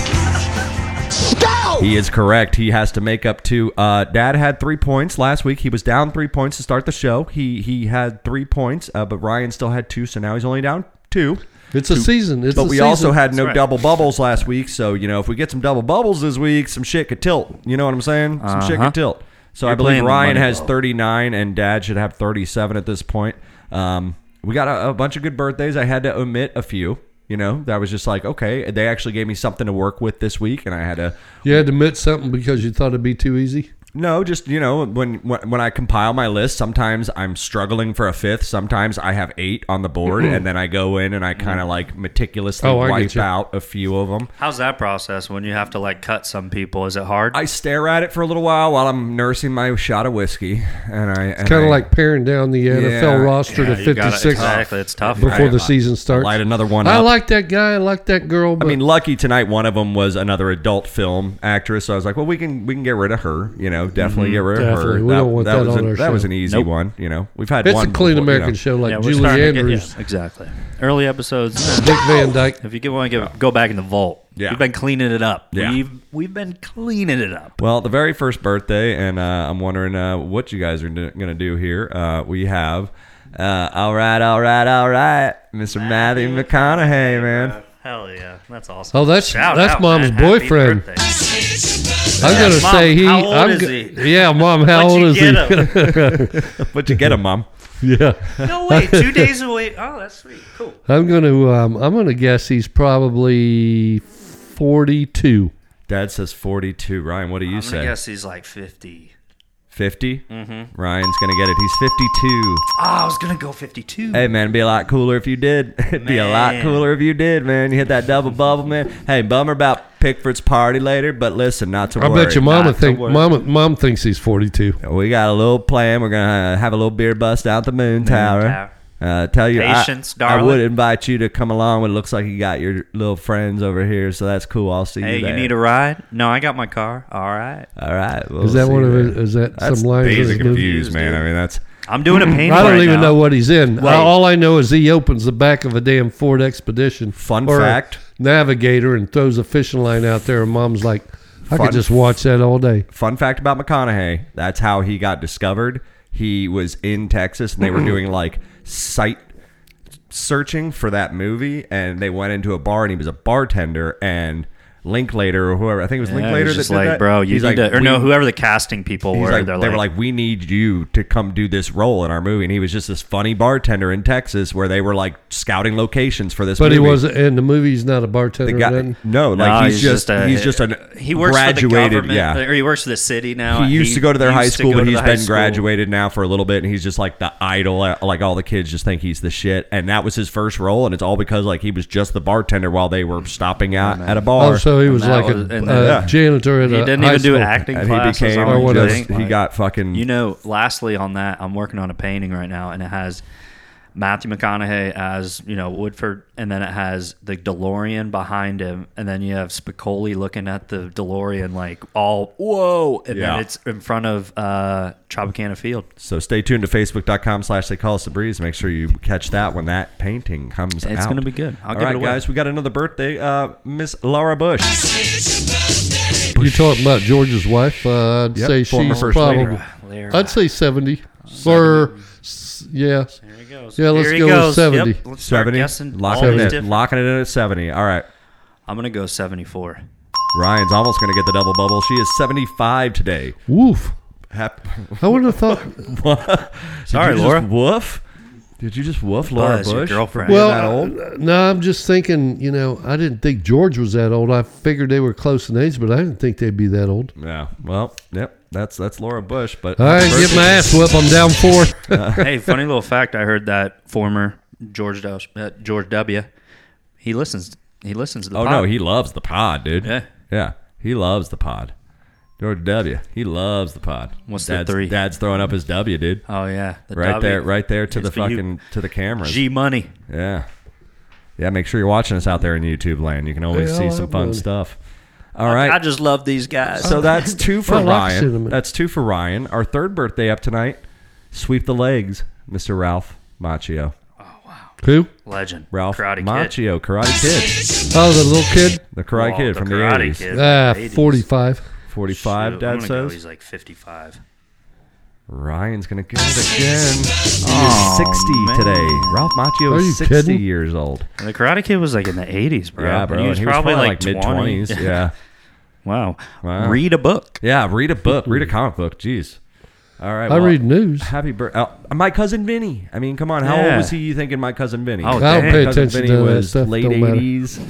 A: He is correct. He has to make up two. Uh, Dad had three points last week. He was down three points to start the show. He he had three points, uh, but Ryan still had two, so now he's only down two.
C: It's a season. It's
A: But
C: a
A: we
C: season.
A: also had no
B: right.
A: double bubbles last week, so you know if we get some double bubbles this week, some shit could tilt. You know what I'm saying? Some shit
B: Uh-huh.
A: could tilt. So I
B: You're
A: believe
B: playing the
A: Ryan
B: money
A: has
B: ball.
A: 39 and Dad should have 37 at this point. Um, we got a, a bunch of good birthdays. I had to omit a few. You know, that was just like okay. They actually gave me something to work with this week, and I had to
C: You had to admit something because you thought it'd be too easy.
A: no, just you know, when, when when I compile my list, sometimes I'm struggling for a fifth. Sometimes I have eight on the board, and then I go in and I kind of like meticulously
C: Oh, I get
A: wipe
C: you.
A: out a few of them.
B: How's that process when you have to like cut some people? Is it hard?
A: I stare at it for a little while while I'm nursing my shot of whiskey, and I and
C: Kind
A: I
C: of like paring down the NFL roster
B: Yeah,
C: to
B: you gotta-
C: 56
B: Exactly, it's tough.
C: before
A: I- uh,
C: the season starts.
A: light another one.
C: I
A: up.
C: like that guy. I like that girl. But
A: I mean, lucky tonight, one of them was another adult film actress. So I was like, well, we can we can get rid of her. You know, definitely get rid of her.
C: Definitely. We don't want that
A: was
C: on
A: a-
C: our
A: that was
C: show.
A: an easy
B: Nope.
A: one. You know, we've had
C: it's
A: one
C: a clean
A: before, you
C: American
A: know.
C: show like
B: Yeah, we're
C: Julie
B: starting to get-
C: Andrews,
B: yeah, exactly. Early episodes.
C: Dick Van Dyke.
B: If you could want to give, go back in the vault,
A: Yeah.
B: we've been cleaning it up.
A: Yeah.
B: We've we've been cleaning it up.
A: Well, the very first birthday, and uh, I'm wondering uh, what you guys are do- going to do here. Uh, we have, uh, all right, all right, all right, Mr. Matthew McConaughey, man.
B: Hell yeah, that's awesome.
C: Oh, that's-
B: Shout
C: that's
B: out,
C: mom's
B: man. Happy
C: boyfriend.
B: birthday.
C: I'm
B: Yeah.
C: gonna
B: Mom,
C: say he.
B: how old
C: I'm
B: is
C: go-
B: he?
C: Yeah, mom, how
B: What'd
C: old
B: you
C: is
B: get
C: he?
B: him?
A: What'd you get him, Mom?
C: yeah,
B: no way, two days away. Oh, that's sweet. Cool.
C: I'm gonna. Um, I'm gonna guess he's probably 42.
A: Dad says 42. Ryan, what do you
B: I'm gonna
A: say?
B: guess he's like 50.
A: 50? Mm-hmm. Ryan's going to get it. He's 52.
B: Oh, I was gonna go 52.
A: Hey, man, it'd be a lot cooler if you did. It'd be a lot
B: Man.
A: cooler if you did, man. You hit that double bubble, man. Hey, bummer about Pickford's party later, but listen, not to
C: I
A: worry.
C: bet your mama
A: Not to
C: think
A: worry.
C: mama mom thinks he's 42.
A: We got a little plan. We're gonna uh, have a little beer bust out the moon tower.
B: tower.
A: Uh, tell you, I-
B: Patience,
A: I,
B: darling.
A: would invite you to come along. But it looks like you got your little friends over here, so that's cool. I'll see
B: Hey,
A: you.
B: you
A: there.
B: need a ride? No, I got my car. All right.
A: All right. we'll
C: Is that
A: see
C: one of
A: you
C: his?
A: there.
C: Is that
A: That's
C: some lines? in
A: Days
C: his
A: of
C: movie?
A: confused, man. I mean, that's
B: I'm doing a
A: Hmm.
B: pain.
C: I don't
B: right
C: even
B: now.
C: know what he's in. All I know is he opens the back of a damn Ford Expedition.
A: Fun
C: or a
A: fact.
C: Navigator and throws a fishing line out there, and mom's like, I
A: Fun-
C: could just watch that all day.
A: fun fact about McConaughey. That's how he got discovered. He was in Texas, and they were doing like site searching for that movie, and they went into a bar, and he was a bartender, and Linklater or whoever. I think it was
B: Yeah,
A: Linklater
B: he's
A: that
B: just
A: did
B: like,
A: that.
B: bro, you
A: He's
B: need
A: like,
B: to, or
A: we-
B: no, whoever the casting people
A: he's
B: were,
A: like,
B: they're
A: they
B: like,
A: were like, we need you to come do this role in our movie, and he was just this funny bartender in Texas where they were like scouting locations for this.
C: But he
A: movie.
C: was, and the movie's not a bartender.
A: the
C: or
A: guy.
C: nothing.
A: No, like
B: "Nah,
A: he's, just, he's just an
B: he works for the
A: graduated.
B: government,
A: yeah,
B: or he works for the city now.
A: he used to go to their high
B: used to
A: school,
B: go
A: but
B: to
A: he's
B: the high
A: been
B: school.
A: graduated now for a little bit, and he's just like the idol. uh, Like all the kids just think he's the shit, and that was his first role, and it's all because like he was just the bartender while they were stopping out at a bar.
C: Oh, so he was
B: that
C: like a,
B: was- and
C: a
B: that-
C: janitor at
B: He
C: a
B: didn't
C: high
B: even do
C: school.
B: acting
A: and he
B: classes.
A: became
B: I
C: or
B: don't
C: whatever.
B: think.
A: just, he got fucking
B: You know, lastly on that, I'm working on a painting right now, and it has Matthew McConaughey as you know Woodford, and then it has the DeLorean behind him, and then you have Spicoli looking at the DeLorean like all whoa, and
A: Yeah.
B: then it's in front of uh, Tropicana Field.
A: So stay tuned to facebook.com slash they call us the breeze. Make sure you catch that when that painting comes out.
B: It's gonna be good. I'll
A: All
B: give it
A: right,
B: away.
A: guys, we got another birthday. Uh, Miss Laura Bush.
C: You talking about George's wife? Uh, I'd
A: Yep,
C: say
A: former
C: she's
A: first lady.
C: probably.
B: There,
C: I'd say seventy. Or s- yeah,
B: he goes.
C: Yeah, let's
B: Here he
C: go with
B: goes.
C: 70.
B: Yep, let's start
A: 70.
B: guessing. all
A: Locking it,
B: these
A: in.
B: diff-
A: locking it in at 70. All right.
B: I'm gonna go 74.
A: Ryan's almost going to get the double bubble. She is 75 today.
C: woof.
A: Hap-
C: I would have thought.
B: Sorry,
A: Did you
B: Laura.
A: Just woof? Did you just woof Laura
B: Buzz, your
A: Bush?
B: girlfriend.
A: Well,
C: Well,
A: that old?
C: uh, no, I'm just thinking. You know, I didn't think George was that old. I figured they were close in age, but I didn't think they'd be that old.
A: Yeah. Well, yep. That's that's Laura Bush, but
C: All right, get my ass whipped. I'm down four.
B: hey, funny little fact. I heard that former George W. Uh, George W. He listens. He listens to the.
A: Oh
B: pod.
A: no, he loves the pod, dude.
B: Yeah.
A: yeah, he loves the pod. George W. He loves the pod.
B: What's the
A: Dad's,
B: three?
A: Dad's throwing up his W, dude.
B: Oh yeah, the
A: Right
B: W.
A: there, right there to
B: It's
A: the
B: for you.
A: fucking to the cameras.
B: G money.
A: Yeah, yeah. Make sure you're watching us out there in YouTube land. You can always
C: Yeah,
A: see
C: I
A: some fun
C: would.
A: stuff. All right.
B: I just love these guys.
A: so that's two for
C: I like
A: Ryan.
C: Oh, cinnamon.
A: That's two for Ryan. Our third birthday up tonight. Sweep the legs, Mr. Ralph Macchio.
C: Who?
B: legend.
A: Ralph
B: Karate Kid.
A: Macchio, Karate Kid,
C: Oh, the little kid.
A: the Karate
B: Oh,
A: Kid
B: the
A: from
B: Karate
A: the 80s.
B: Kid.
C: Ah,
B: 80s.
C: forty-five.
A: Forty-five.
B: Shoot, I'm
A: Dad
B: gonna go
A: says.
B: he's like 55.
A: Ryan's gonna get it again. Oh, sixty
B: man.
A: today. Ralph Macchio
C: Are you
A: is sixty
C: kidding?
A: years old.
B: And the Karate Kid was like in the 80s, bro.
A: Yeah, bro.
B: And he was probably like,
A: mid twenties.
B: 20.
A: Yeah,
B: wow.
A: Wow.
B: Read a book.
A: yeah. Read a book. Read a comic book. Jeez. All right.
C: I
A: well,
C: read news.
A: Happy birthday, uh, my cousin Vinny. I mean, come on. How old
B: Yeah.
A: was he? You thinking my cousin Vinny?
B: Oh,
A: My
C: I don't
B: Dang.
C: pay
A: cousin
C: attention
A: Vinny
C: to that
A: was
C: stuff.
A: late
C: don't matter.
A: eighties,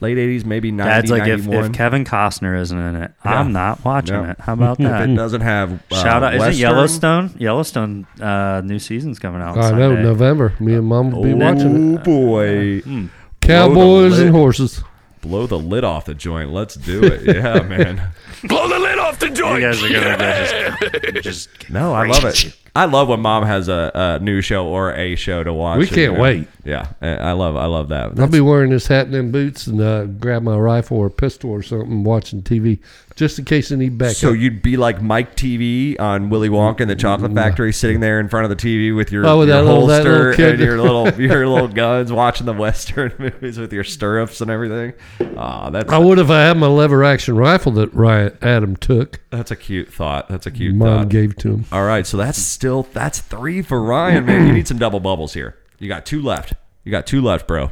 A: late eighties, maybe 90,
B: Dad's like, if, if
A: 91.
B: Kevin Costner isn't in it, I'm not watching
A: No.
B: it. How about
A: It
B: that?
A: doesn't have uh,
B: Shout out! Is
A: Western.
B: it Yellowstone? Yellowstone uh, new season's coming out.
C: I know
B: Sunday.
C: November. Me and Mom will be watching
A: Oh
C: it.
A: boy.
B: Hmm.
C: Cowboys
A: lid.
C: and horses.
A: Blow the lid off the joint. Let's do it. Yeah, man.
B: You guys are gonna go just, just
A: No, I love it. I love when mom has a, a new show or a show to watch.
C: We
A: and, you
C: can't
A: know,
C: wait.
A: Yeah, I I love, I love that.
C: I'll be wearing this hat and them boots and uh, grab my rifle or pistol or something, watching TV, just in case I need backup.
A: so you'd be like Mike TV on Willy Wonka and the Chocolate Factory, sitting there in front of the TV with your,
C: Mm-hmm. Oh, with
A: your
C: that little- that
A: holster
C: little kid.
A: and your little your little guns, watching the Western movies with your stirrups and everything. Ah, that's
C: I would if I had my lever action rifle that Ryan Adam took.
A: that's a cute thought. That's a cute
C: Mom
A: thought.
C: gave to him.
A: All right, so that's still that's three for Ryan, man. You need some double bubbles here. You got two left. You got two left, bro.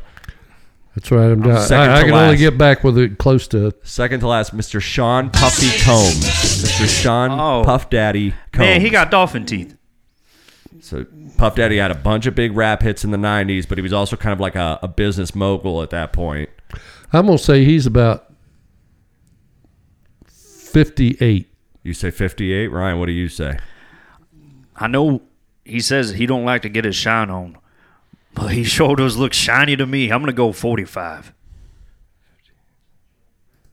C: That's right. I'm down.
A: second
C: I, I
A: to
C: can
A: last.
C: only get back with it close to.
A: Second to last, Mr. Sean Puffy Combs. Mr. Sean
B: Oh.
A: Puff Daddy Combs.
B: Man, he got dolphin teeth.
A: so Puff Daddy had a bunch of big rap hits in the '90s, but he was also kind of like a, a business mogul at that point.
C: I'm gonna say he's about fifty-eight.
A: You say 58, Ryan? What do you say?
B: I know he says he don't like to get his shine on, but his shoulders look shiny to me. I'm gonna go 45.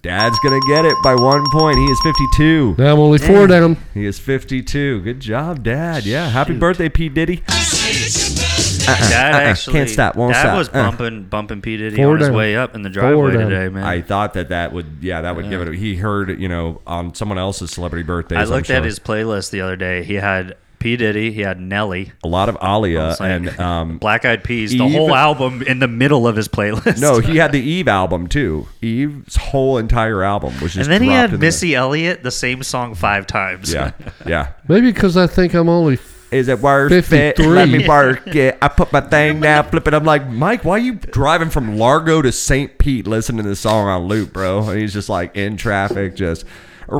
A: Dad's gonna get it by one point. He is 52.
C: Now I'm only four down.
A: He is 52. Good job, Dad. Yeah, happy birthday, P Diddy.
B: Dad actually
A: Can't stop, won't
B: Dad
A: stop.
B: was
A: Uh.
B: bumping bumping P Diddy
C: Four
B: on his
C: down.
B: way up in the driveway
C: down.
B: today, man.
A: I
B: I,
A: thought that that would, yeah, that would give it. He heard, you know, on someone else's celebrity birthday.
B: looked at his playlist the other day. He had P Diddy, he had Nelly,
A: a lot of Alia
B: like-
A: and um,
B: Black Eyed Peas, the
A: Eve-
B: whole album in the middle of his playlist.
A: no, he had the Eve album too. Eve's whole entire album was just.
B: and then he
A: dropped
B: had
A: in
B: Missy Elliott, the same song five times.
A: The, yeah, yeah.
C: Maybe because I think I'm only
A: Is it worth it?
C: 53.
A: Let me work it. I put my thing down, flip it. I'm like, Mike, why you driving from Largo to St. Pete listening to this song on loop, bro? And he's just like in traffic, just. I'm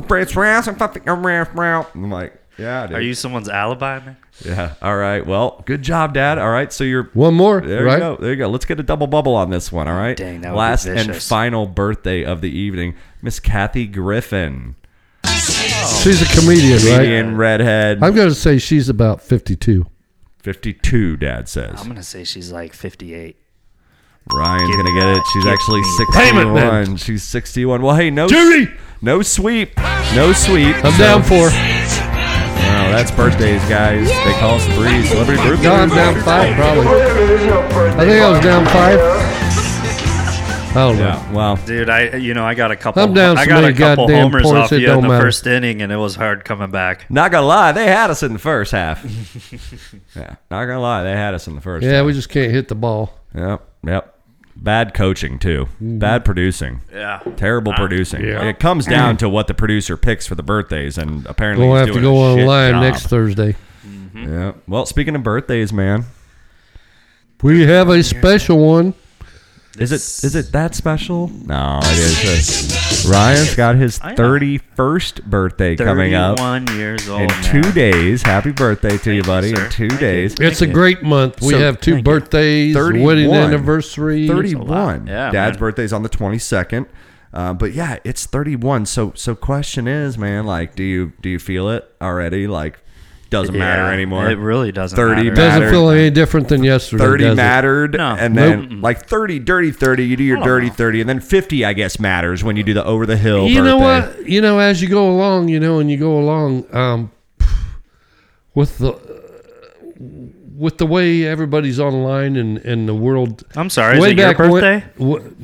A: like, yeah, dude.
B: Are you someone's alibi, man?
A: Yeah. All right. Well, good job, Dad. All right. So you're
C: One more,
A: There
C: right?
A: you go. There you go. Let's get a double bubble on this one. All right.
B: Dang, that would be
A: Last and
B: vicious.
A: final birthday of the evening, Miss Kathy Griffin,
C: She's a comedian, right?
A: comedian redhead,
C: I'm going to say she's about 52.
A: 52. Dad says
B: I'm gonna say she's like 58.
A: Ryan's
B: Give
A: gonna
B: me
A: get it.
B: that.
A: She's
B: Give
A: actually
B: me that.
A: 61. She's 61. Well, hey, no,
C: Jury!
A: no sweep, no sweep.
C: I'm down for.
A: Wow, that's birthdays, guys. They call us three celebrity group.
C: No, I'm down five, probably.
D: There's no birthday
C: I think I was
D: party.
C: down five. I don't know.
A: Yeah. Wow.
B: Dude, I you know I got a couple.
C: I'm down
B: I
C: so
B: got a
C: many
B: couple
C: goddamn
B: homers
C: points,
B: off
C: it
B: you in
C: don't
B: the
C: matter.
B: first inning, and it was hard coming back.
A: Not gonna lie, they had us in the first half. yeah, not gonna lie, they had us in the first.
C: Yeah, we just can't hit the ball.
A: Yep, yep. Bad coaching too. Bad producing.
B: Yeah.
A: Terrible producing.
C: yeah.
A: It comes down to what the producer picks for the birthdays, and apparently
C: We'll
A: he's
C: have to
A: doing
C: go
A: a shit
C: online
A: job.
C: next Thursday.
A: Yeah. Well, speaking of birthdays, man,
C: We have a special one.
A: is it is it that special? No, it is. Ryan's got his
B: I know.
A: thirty first birthday coming up
B: Thirty-one years old.
A: in
B: now.
A: two days. Happy birthday to you, buddy!
B: sir.
A: in two
B: Thank you.
A: days.
C: It's a great month. We
A: So,
C: have two
A: thank you.
C: birthdays, a wedding
A: 31.
C: anniversary.
A: 31.
B: Yeah,
A: Dad's
B: man.
A: birthday's on the 22nd. Uh, but yeah, it's 31. So so question is, man, like do you do you feel it already? Like doesn't
B: Yeah,
A: matter anymore.
B: It really doesn't.
A: 30
B: matter.
A: back.
C: Doesn't
A: Mattered.
C: feel any different than yesterday.
A: 30
C: does it?
A: mattered
B: No. Oh,
A: and
C: Nope.
A: then like 30 dirty 30 you do your
B: don't
A: dirty
B: know.
A: 30 and then 50 I guess matters when you do the over the hill
C: You know
A: birthday.
C: what? You know, as you go along, you know, and you go along um, with the with the way everybody's online and and the world.
B: I'm sorry. Is it your
C: when-
B: birthday?
C: w-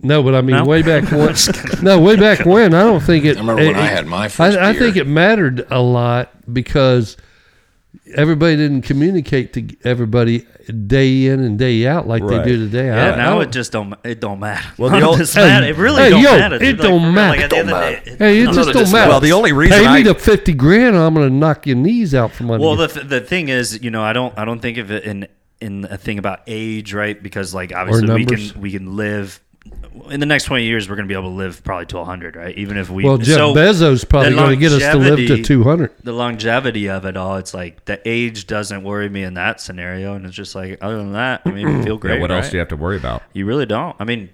C: no, but I mean,
B: No?
C: way back when. no, way back when. I don't think it. I
F: remember when I had my first
C: I,
F: beer.
C: think it mattered a lot because everybody didn't communicate to everybody day in and day out like
A: Right.
C: they do today.
B: Yeah,
C: I, I
B: now
C: don't-
B: it just don't. It don't matter.
A: Well, the old-
B: It just matter- it really
C: Hey,
B: don't
C: yo,
B: matter.
C: it
B: Like,
C: don't
B: for real,
C: matter.
B: like, at the end of the day, it-
C: Hey, it
F: I'm
C: just
F: not
C: don't
F: dis-
C: matter.
A: Well, the only reason
C: Pay
A: I-
C: me the fifty grand, I'm going to knock your knees out from under.
B: Well,
C: you.
B: the, th- the thing is, you know, I don't I don't think of it in in a thing about age, right? Because like obviously we
C: numbers.
B: can we can live in the next twenty years. We're going to be able to live probably to hundred, right? Even if we
C: well, Jeff
B: so
C: Bezos probably
B: the
C: going to get us to live to
B: longevity-
C: two hundred.
B: The longevity of it all, it's like the age doesn't worry me in that scenario, and it's just like other than that, I mean, I feel
A: Yeah,
B: great.
A: what else
B: right?
A: do you have to worry about?
B: You really don't. I mean,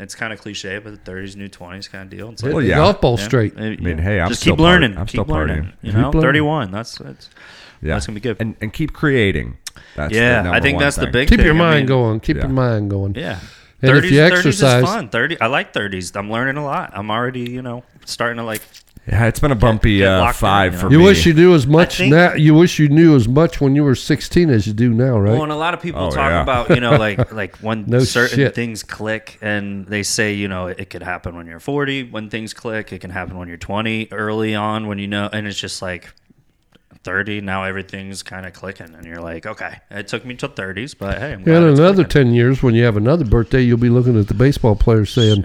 B: it's kind of cliche, but the thirties, new twenties, kind of deal. It's like,
A: Well, yeah.
C: golf ball
B: yeah,
C: straight.
B: I
A: mean, hey, I'm
B: just
A: still
B: keep learning.
A: part- I'm still
B: keep
A: partying.
B: learning. You
C: Keep
B: know,
C: learning.
B: thirty-one. That's that's
A: Yeah.
B: That's gonna be good.
A: And and keep creating. That's the
B: yeah. I
A: number
B: think
A: one
B: that's the
A: thing.
B: big.
C: Keep
B: thing.
C: your
B: I
C: mind
B: mean,
C: going. Keep
A: yeah.
C: your mind going.
B: Yeah.
C: And if you
B: 30s is
C: exercise-
B: fun. Thirty, I like thirties. I'm learning a lot. I'm already, you know, starting to like.
A: Yeah, it's been a bumpy
B: get
A: uh,
B: locked in,
A: five
B: you know?
A: for
C: You
A: me.
C: wish you knew as much
B: think-
C: now. You wish you knew as much when you were sixteen as you do now, right?
B: Well, and a lot of people
A: Oh,
B: talk
A: yeah.
B: about you know like like when
C: No
B: certain
C: shit.
B: things click, and they say you know it, could happen when you're 40. When things click, it can happen when you're 20. Early on, when you know, and it's just like 30. Now everything's kind of clicking, and you're like, okay, it took me till 30s, but hey, I'm glad
C: In
B: it's
C: another
B: clicking.
C: ten years, when you have another birthday, you'll be looking at the baseball players saying,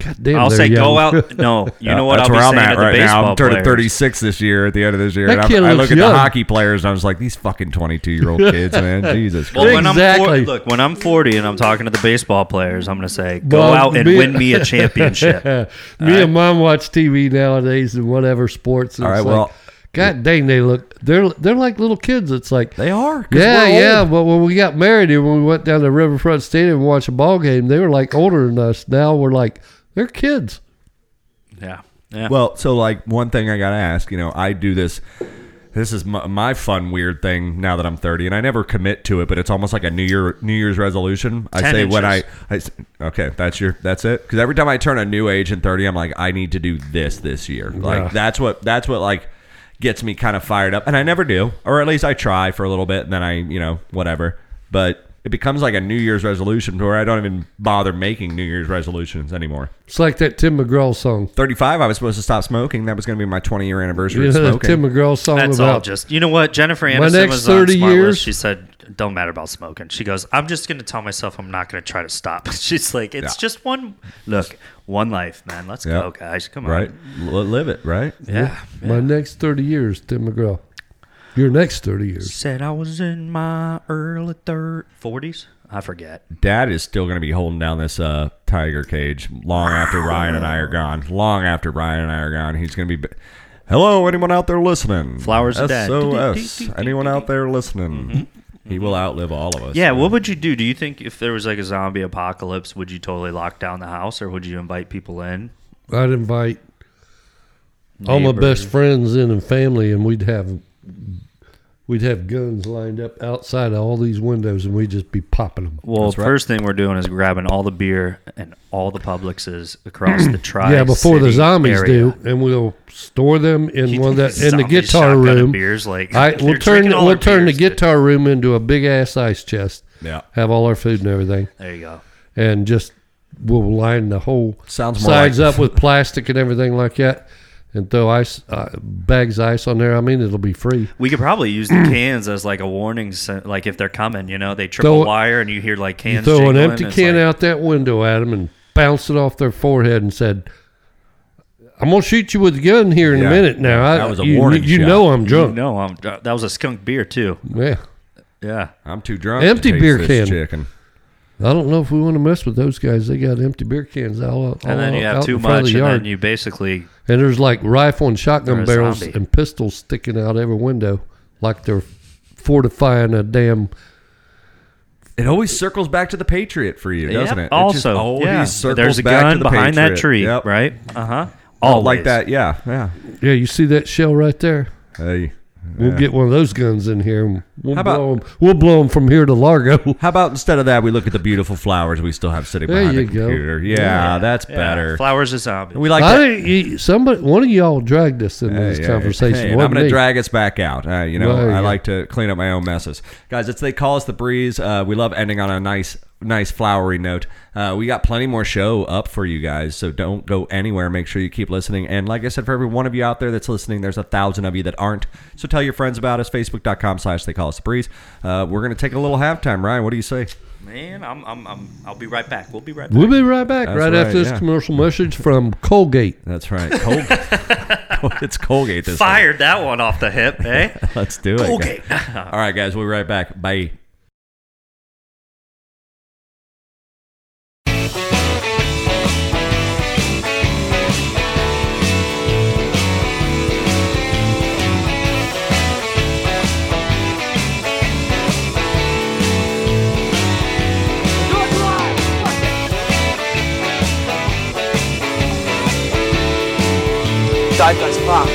C: "God damn,
B: I'll
C: they're
B: say go
C: young."
B: out. No, you
A: Yeah,
B: know what?
A: That's
B: I'll be
A: where I'm
B: saying
A: at
B: to the
A: right
B: baseball
A: now. I'm turning
B: players.
A: 36 this year at the end of this year.
C: That
A: and I'm-
C: kid
A: I
C: looks
A: look at
C: young.
A: the hockey players and I was like, these fucking 22 year old kids, man. Jesus
B: Well,
A: Christ.
B: when I'm
C: Exactly.
B: 40, look, when I'm 40 and I'm talking to the baseball players, I'm going to say, go
C: Well,
B: out and
C: be-
B: win me a championship.
C: Me and mom watch TV nowadays and whatever sports. And
A: All
C: it's
A: right,
C: like,
A: well-
C: God dang, they look they're they're like little kids. It's like
A: they are. 'cause
C: Yeah,
A: we're
C: yeah.
A: old.
C: But when we got married and when we went down to Riverfront Stadium and watched a ball game, they were like older than us. Now we're like they're kids.
B: yeah. Yeah.
A: Well, so like one thing I got to ask, you know, I do this. This is my, my fun weird thing now that I'm 30, and I never commit to it, but it's almost like a New Year New Year's resolution. I
B: 10
A: say when I,
B: inches.
A: I s- okay, that's your that's it. Because every time I turn a new age in 30, I'm like, I need to do this this year. Like
C: Yeah.
A: that's what that's what like gets me kind of fired up, and I never do, or at least I try for a little bit, and then I you know whatever. But it becomes like a New Year's resolution to where I don't even bother making New Year's resolutions anymore.
C: It's like that Tim McGraw song.
A: 35, I was supposed to stop smoking. That was going to be my 20 year anniversary
C: You
A: of
C: know that
A: smoking.
C: Tim McGraw song
B: That's
C: about
B: all just, you know what? Jennifer Aniston
C: next
B: was on
C: 30
B: Smart
C: years-
B: List. She said, don't matter about smoking. She goes, I'm just going to tell myself I'm not going to try to stop. She's like, it's
A: Yeah.
B: just one, look, one life, man. Let's
A: Yep.
B: go, guys. Come on.
A: right? L- live it, right?
B: Yeah.
C: my next thirty years, Tim McGraw. Your next 30 years.
B: Said I was in my early third forties. I forget.
A: Dad is still going to be holding down this uh, tiger cage long after Ryan and I are gone. Long after Ryan and I are gone, he's going to be. Hello, anyone out there listening?
B: Flowers to Dad.
A: SOS. Anyone out there listening? He will outlive all of us.
B: Mm-hmm. Yeah, what would you do? Do you think if there was like a zombie apocalypse, would you totally lock down the house or would you invite people in?
C: I'd invite all my best friends in and family, and we'd have we'd have guns lined up outside of all these windows, and we'd just be popping them.
B: Well,
A: That's right.
B: first thing we're doing is grabbing all the beer and all the Publixes across the tri.
C: yeah, before the zombies do, and we'll store them in one of that in the guitar room.
B: Beers like
C: I,
B: they're
C: we'll turn
B: drinking all
C: we'll
B: their
C: turn the
B: beers, dude.
C: guitar room into a big ass ice chest.
A: Yeah.
C: Have all our food and everything,
B: There you go.
C: and just we'll line the whole
A: Sounds more
C: sides
A: like-
C: up with plastic and everything like that, and throw ice uh, bags of ice on there. I mean, it'll be free.
B: We could probably use the cans as like a warning, sen- like if they're coming, you know, they triple
C: Throw-
B: wire and you hear like
C: You
B: cans.
C: throw an
B: jingling,
C: empty
B: it's
C: can
B: like,
C: out that window at them and bounce it off their forehead and said, "I'm gonna shoot you with a gun here in
A: Yeah.
C: a minute." Now I,
A: That was a
C: you,
A: warning
C: You
A: shot.
C: know I'm
B: You
C: drunk.
B: know, I'm, uh, that was a skunk beer too.
C: Yeah,
B: Yeah.
A: I'm too drunk. to
C: Empty
A: taste
C: beer
A: this
C: can.
A: Chicken.
C: I don't know if we want to mess with those guys. They got empty beer cans all, all
B: And then you
C: Oh, out
B: have too
C: in front
B: much,
C: of the
B: and
C: yard.
B: then you basically
C: And there's like rifle and
B: They're
C: shotgun
B: a
C: barrels
B: zombie.
C: and pistols sticking out every window, like they're fortifying a damn.
A: It always circles back to the Patriot for you, doesn't
B: Yep,
A: it? it just
B: Also,
A: always
B: yeah.
A: circles
B: there's a
A: back
B: gun
A: to the
B: behind
A: Patriot.
B: that tree,
A: Yep.
B: right? Uh huh.
A: Oh, like that. Yeah, yeah.
C: Yeah, you see that shell right there?
A: Hey.
C: We'll
A: Yeah.
C: get one of those guns in here. And we'll
A: How about-
C: blow them. We'll blow 'em from here to Largo.
A: How about instead of that, we look at the beautiful flowers we still have sitting
C: There
A: behind
C: you
A: the
C: go.
A: computer? Yeah, that's better.
B: Flowers is zombie.
A: we like
C: I
A: that.
C: think you, somebody, one of y'all dragged us into
A: Hey,
C: this
A: hey,
C: conversation.
A: hey, and I'm
C: wasn't
A: going to
C: me.
A: drag us back out. Uh, you know,
C: Well,
A: I
C: yeah.
A: like to clean up my own messes, guys. It's they call us the breeze. Uh, we love ending on a nice, nice flowery note. Uh, we got plenty more show up for you guys, so don't go anywhere. Make sure you keep listening. And like I said, for every one of you out there that's listening, there's a thousand of you that aren't. So tell your friends about us. Facebook.com/slash They Call Us the Breeze. Uh, we're going to take a little halftime, Ryan. What do you say?
B: Man, I'm, I'm, I'm, I'll be right back. We'll be right back.
C: We'll be right back
A: That's
C: right,
A: right,
C: after this
A: yeah.
C: commercial message from Colgate.
A: That's right. Colgate. it's Colgate. This time.
B: Fired that one off the hip, eh?
A: Let's do it. guys.
B: Okay.
C: Uh-huh.
A: All right, guys. We'll be right back. Bye.
D: Zeitgeist Park.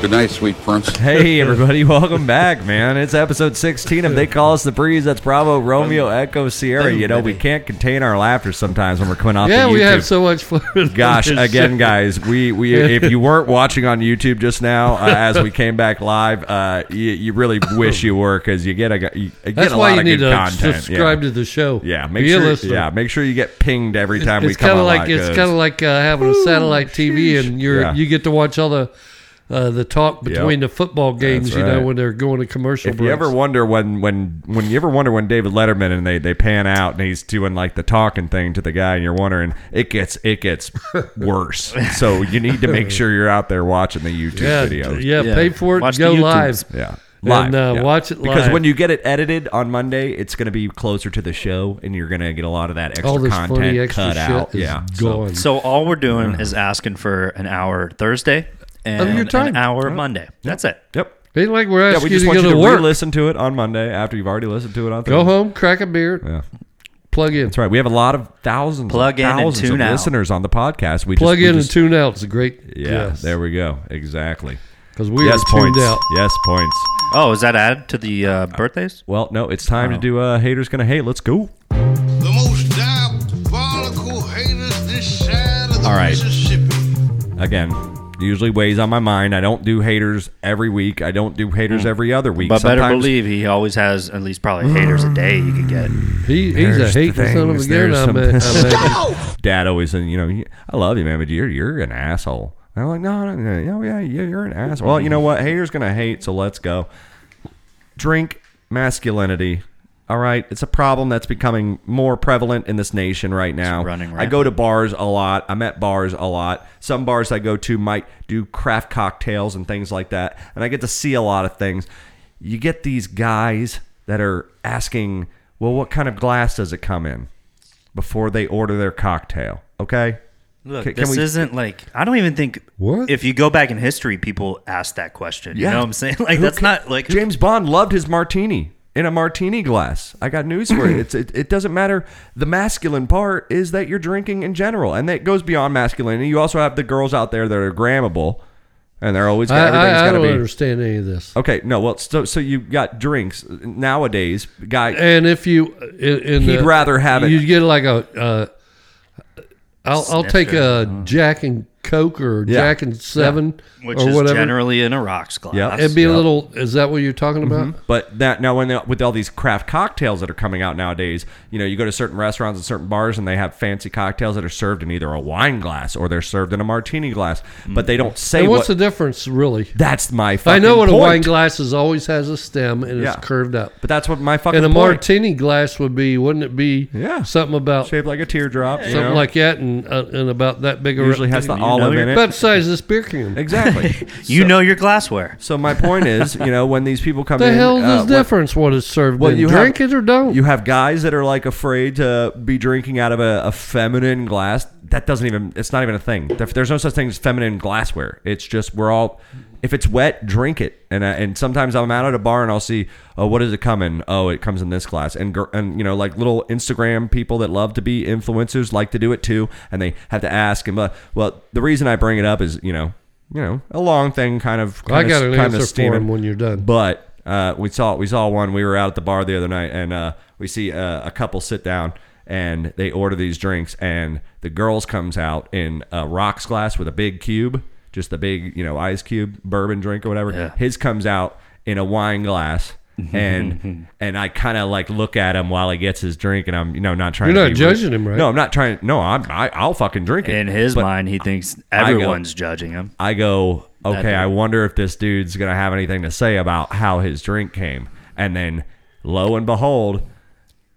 F: Good night, sweet prince.
A: Hey, everybody, welcome back, man. It's episode 16 of They Call Us the Breeze. That's Bravo, Romeo, Echo, Sierra. You know, we can't contain our laughter sometimes when we're coming off
C: Yeah,
A: the
C: we
A: YouTube.
C: have so much fun.
A: Gosh, again, guys, we, we if you weren't watching on YouTube just now uh, as we came back live, uh, you, you really wish you were because you get a, you get
C: That's
A: a
C: why
A: lot
C: you
A: of
C: need
A: good
C: to
A: content.
C: subscribe
A: yeah.
C: to the show.
A: yeah, make
C: Be a
A: sure.
C: listener.
A: Yeah, make sure you get pinged every time we
C: it's
A: come
C: kind
A: on
C: of like
A: live,
C: it's
A: 'cause-
C: kind of like uh, having a satellite TV, and you're
A: Yeah.
C: you get to watch all the uh, the talk between the football games.
A: That's
C: You know
A: right.
C: when they're going to commercial
A: If you
C: breaks.
A: ever wonder when when when you ever wonder when David Letterman and they they pan out and he's doing like the talking thing to the guy and you're wondering it gets it gets worse. so you need to make sure you're out there watching the YouTube
C: yeah,
A: videos.
C: yeah,
B: Yeah.
C: pay for it.
B: Watch
C: and
B: the YouTubes.
C: go live.
A: Yeah.
C: And, uh,
A: yeah.
C: watch it
A: because
C: live.
A: when you get it edited on Monday, it's going to be closer to the show, and you're going to get a lot of that extra
C: All this
A: content
C: funny extra
A: cut
C: shit
A: out.
C: is
A: yeah, So-
C: gone.
B: So all we're doing is asking for an hour Thursday and
C: Of your time.
B: an hour Monday. That's it.
A: yep.
C: Ain't like we're
A: Yeah,
C: asking
A: we
C: you
A: just
C: to
A: want
C: go
A: you
C: to
A: to
C: work.
A: re-listen to it on Monday after you've already listened to it on
C: Go
A: Thursday.
C: home, crack a beer,
A: Yeah.
C: plug in,
A: That's right. We have a lot of thousands,
B: Plug in and
A: thousands
B: tune
A: of
B: out.
A: listeners on the podcast. We
C: plug
A: just, we
C: in
A: just-
C: and tune out. It's a great
A: Yeah,
C: yes.
A: there we go. Exactly.
C: because we
A: yes
C: are tuned
A: points.
C: out.
A: Yes points.
B: Oh, is that added to the uh, birthdays?
A: Well, no, it's time to do uh, haters gonna hate. Let's go.
G: The most diabolical haters this side of the
A: All right.
G: Mississippi.
A: Again, usually weighs on my mind. I don't do haters every week. I don't do haters every other week.
B: Hmm. But better
A: Sometimes-
B: believe he always has at least probably haters a day you could get.
C: He, he's a
A: There's the
C: hateful son of a
A: things,
C: gun.
A: there's
C: I
A: some-
C: bet. I bet.
A: Dad always, said, you know, I love you, man, but you're you're an asshole. And I'm like, no, no, no, no, yeah, yeah, you're an asshole. Well, you know what? Haters gonna hate, so let's go. Drink masculinity. All right, it's a problem that's becoming more prevalent in this nation right now.
B: running
A: I go to bars a lot. I'm at bars a lot. Some bars I go to might do craft cocktails and things like that, and I get to see a lot of things. You get these guys that are asking, "Well, what kind of glass does it come in?" before they order their cocktail. Okay?
B: Look,
A: Can- can
B: this
A: we-
B: isn't like I don't even think.
C: What?
B: if you go back in history, people asked that question? You
A: Yeah.
B: know what I'm saying? Like
A: Who
B: that's
A: ca-
B: not like
A: James Bond loved his martini in a martini glass. I got news for you. It's, it, it doesn't matter. The masculine part is that you're drinking in general, and that goes beyond masculinity. You also have the girls out there that are grammable, and they're always
C: I,
A: everything's
C: I, I
A: got to
C: don't
A: be.
C: understand any of this.
A: Okay, no, well, so so you got drinks nowadays. Guy,
C: And if you, in, in
A: He'd
C: the-
A: rather have it-
C: You get like a. Uh, I'll, I'll take
B: Snifter.
C: a Jack and Coke or
A: Uh-huh. Yeah.
C: Jack and Seven
B: which
C: or
B: is
C: whatever.
B: generally in a rocks glass.
A: Yeah. Mm-hmm.
C: It'd be a little. Is that what you're talking about?
A: but that now when they, with all these craft cocktails that are coming out nowadays, you know, you go to certain restaurants and certain bars, and they have fancy cocktails that are served in either a wine glass or they're served in a martini glass,
C: Mm.
A: but they don't say
C: And
A: what.
C: what's the difference, really?
A: That's my fucking
C: I know what a
A: point.
C: wine glass is. Always has a stem and
A: Yeah.
C: it's curved up.
A: But that's what my fucking
C: And a
A: point.
C: martini glass would be, wouldn't it be?
A: Yeah.
C: Something about
A: shaped like a teardrop. you
C: something
A: know?
C: like that, and uh, and about that big. a-
A: usually has the
B: You know
A: olive
B: your-
A: in it.
C: about the size of this beer can.
A: exactly.
B: You
A: so,
B: know your glassware.
A: So my point is, you know, when these people come
C: The
A: in,
C: hell
A: uh,
C: is
A: what-
C: difference what it's served
A: Well,
C: in?
A: you
C: Drink
A: have-
C: it or don't.
A: You have guys that are like afraid to be drinking out of a, a feminine glass. That doesn't even. It's not even a thing. There- There's no such thing as feminine glassware. It's just we're all. If it's wet, drink it. And I, and sometimes I'm out at a bar and I'll see, oh, what does it come in? Oh, it comes in this glass. And gir- and you know, like little Instagram people that love to be influencers like to do it too, and they have to ask. And but well, the reason I bring it up is you know. You know, a long thing, kind of. Kind
C: I got
A: of,
C: an
A: kind
C: answer
A: of
C: for
A: steaming.
C: him when you're done.
A: But uh, we saw we saw one. We were out at the bar the other night, and uh, we see uh, a couple sit down and they order these drinks, and the girls comes out in a rocks glass with a big cube, just the big you know ice cube bourbon drink or whatever. His comes out in a wine glass. and and I kind of like look at him while he gets his drink, and I'm you know not trying.
C: You're
A: to be
C: not judging
A: rude.
C: him, right?
A: No, I'm not trying. No, I'm I, I'll fucking drink it.
B: In his
A: But
B: mind, he thinks
A: I go-
B: everyone's judging him.
A: I go, okay,
B: dude.
A: I wonder if this dude's going to have anything to say about how his drink came. And then lo and behold,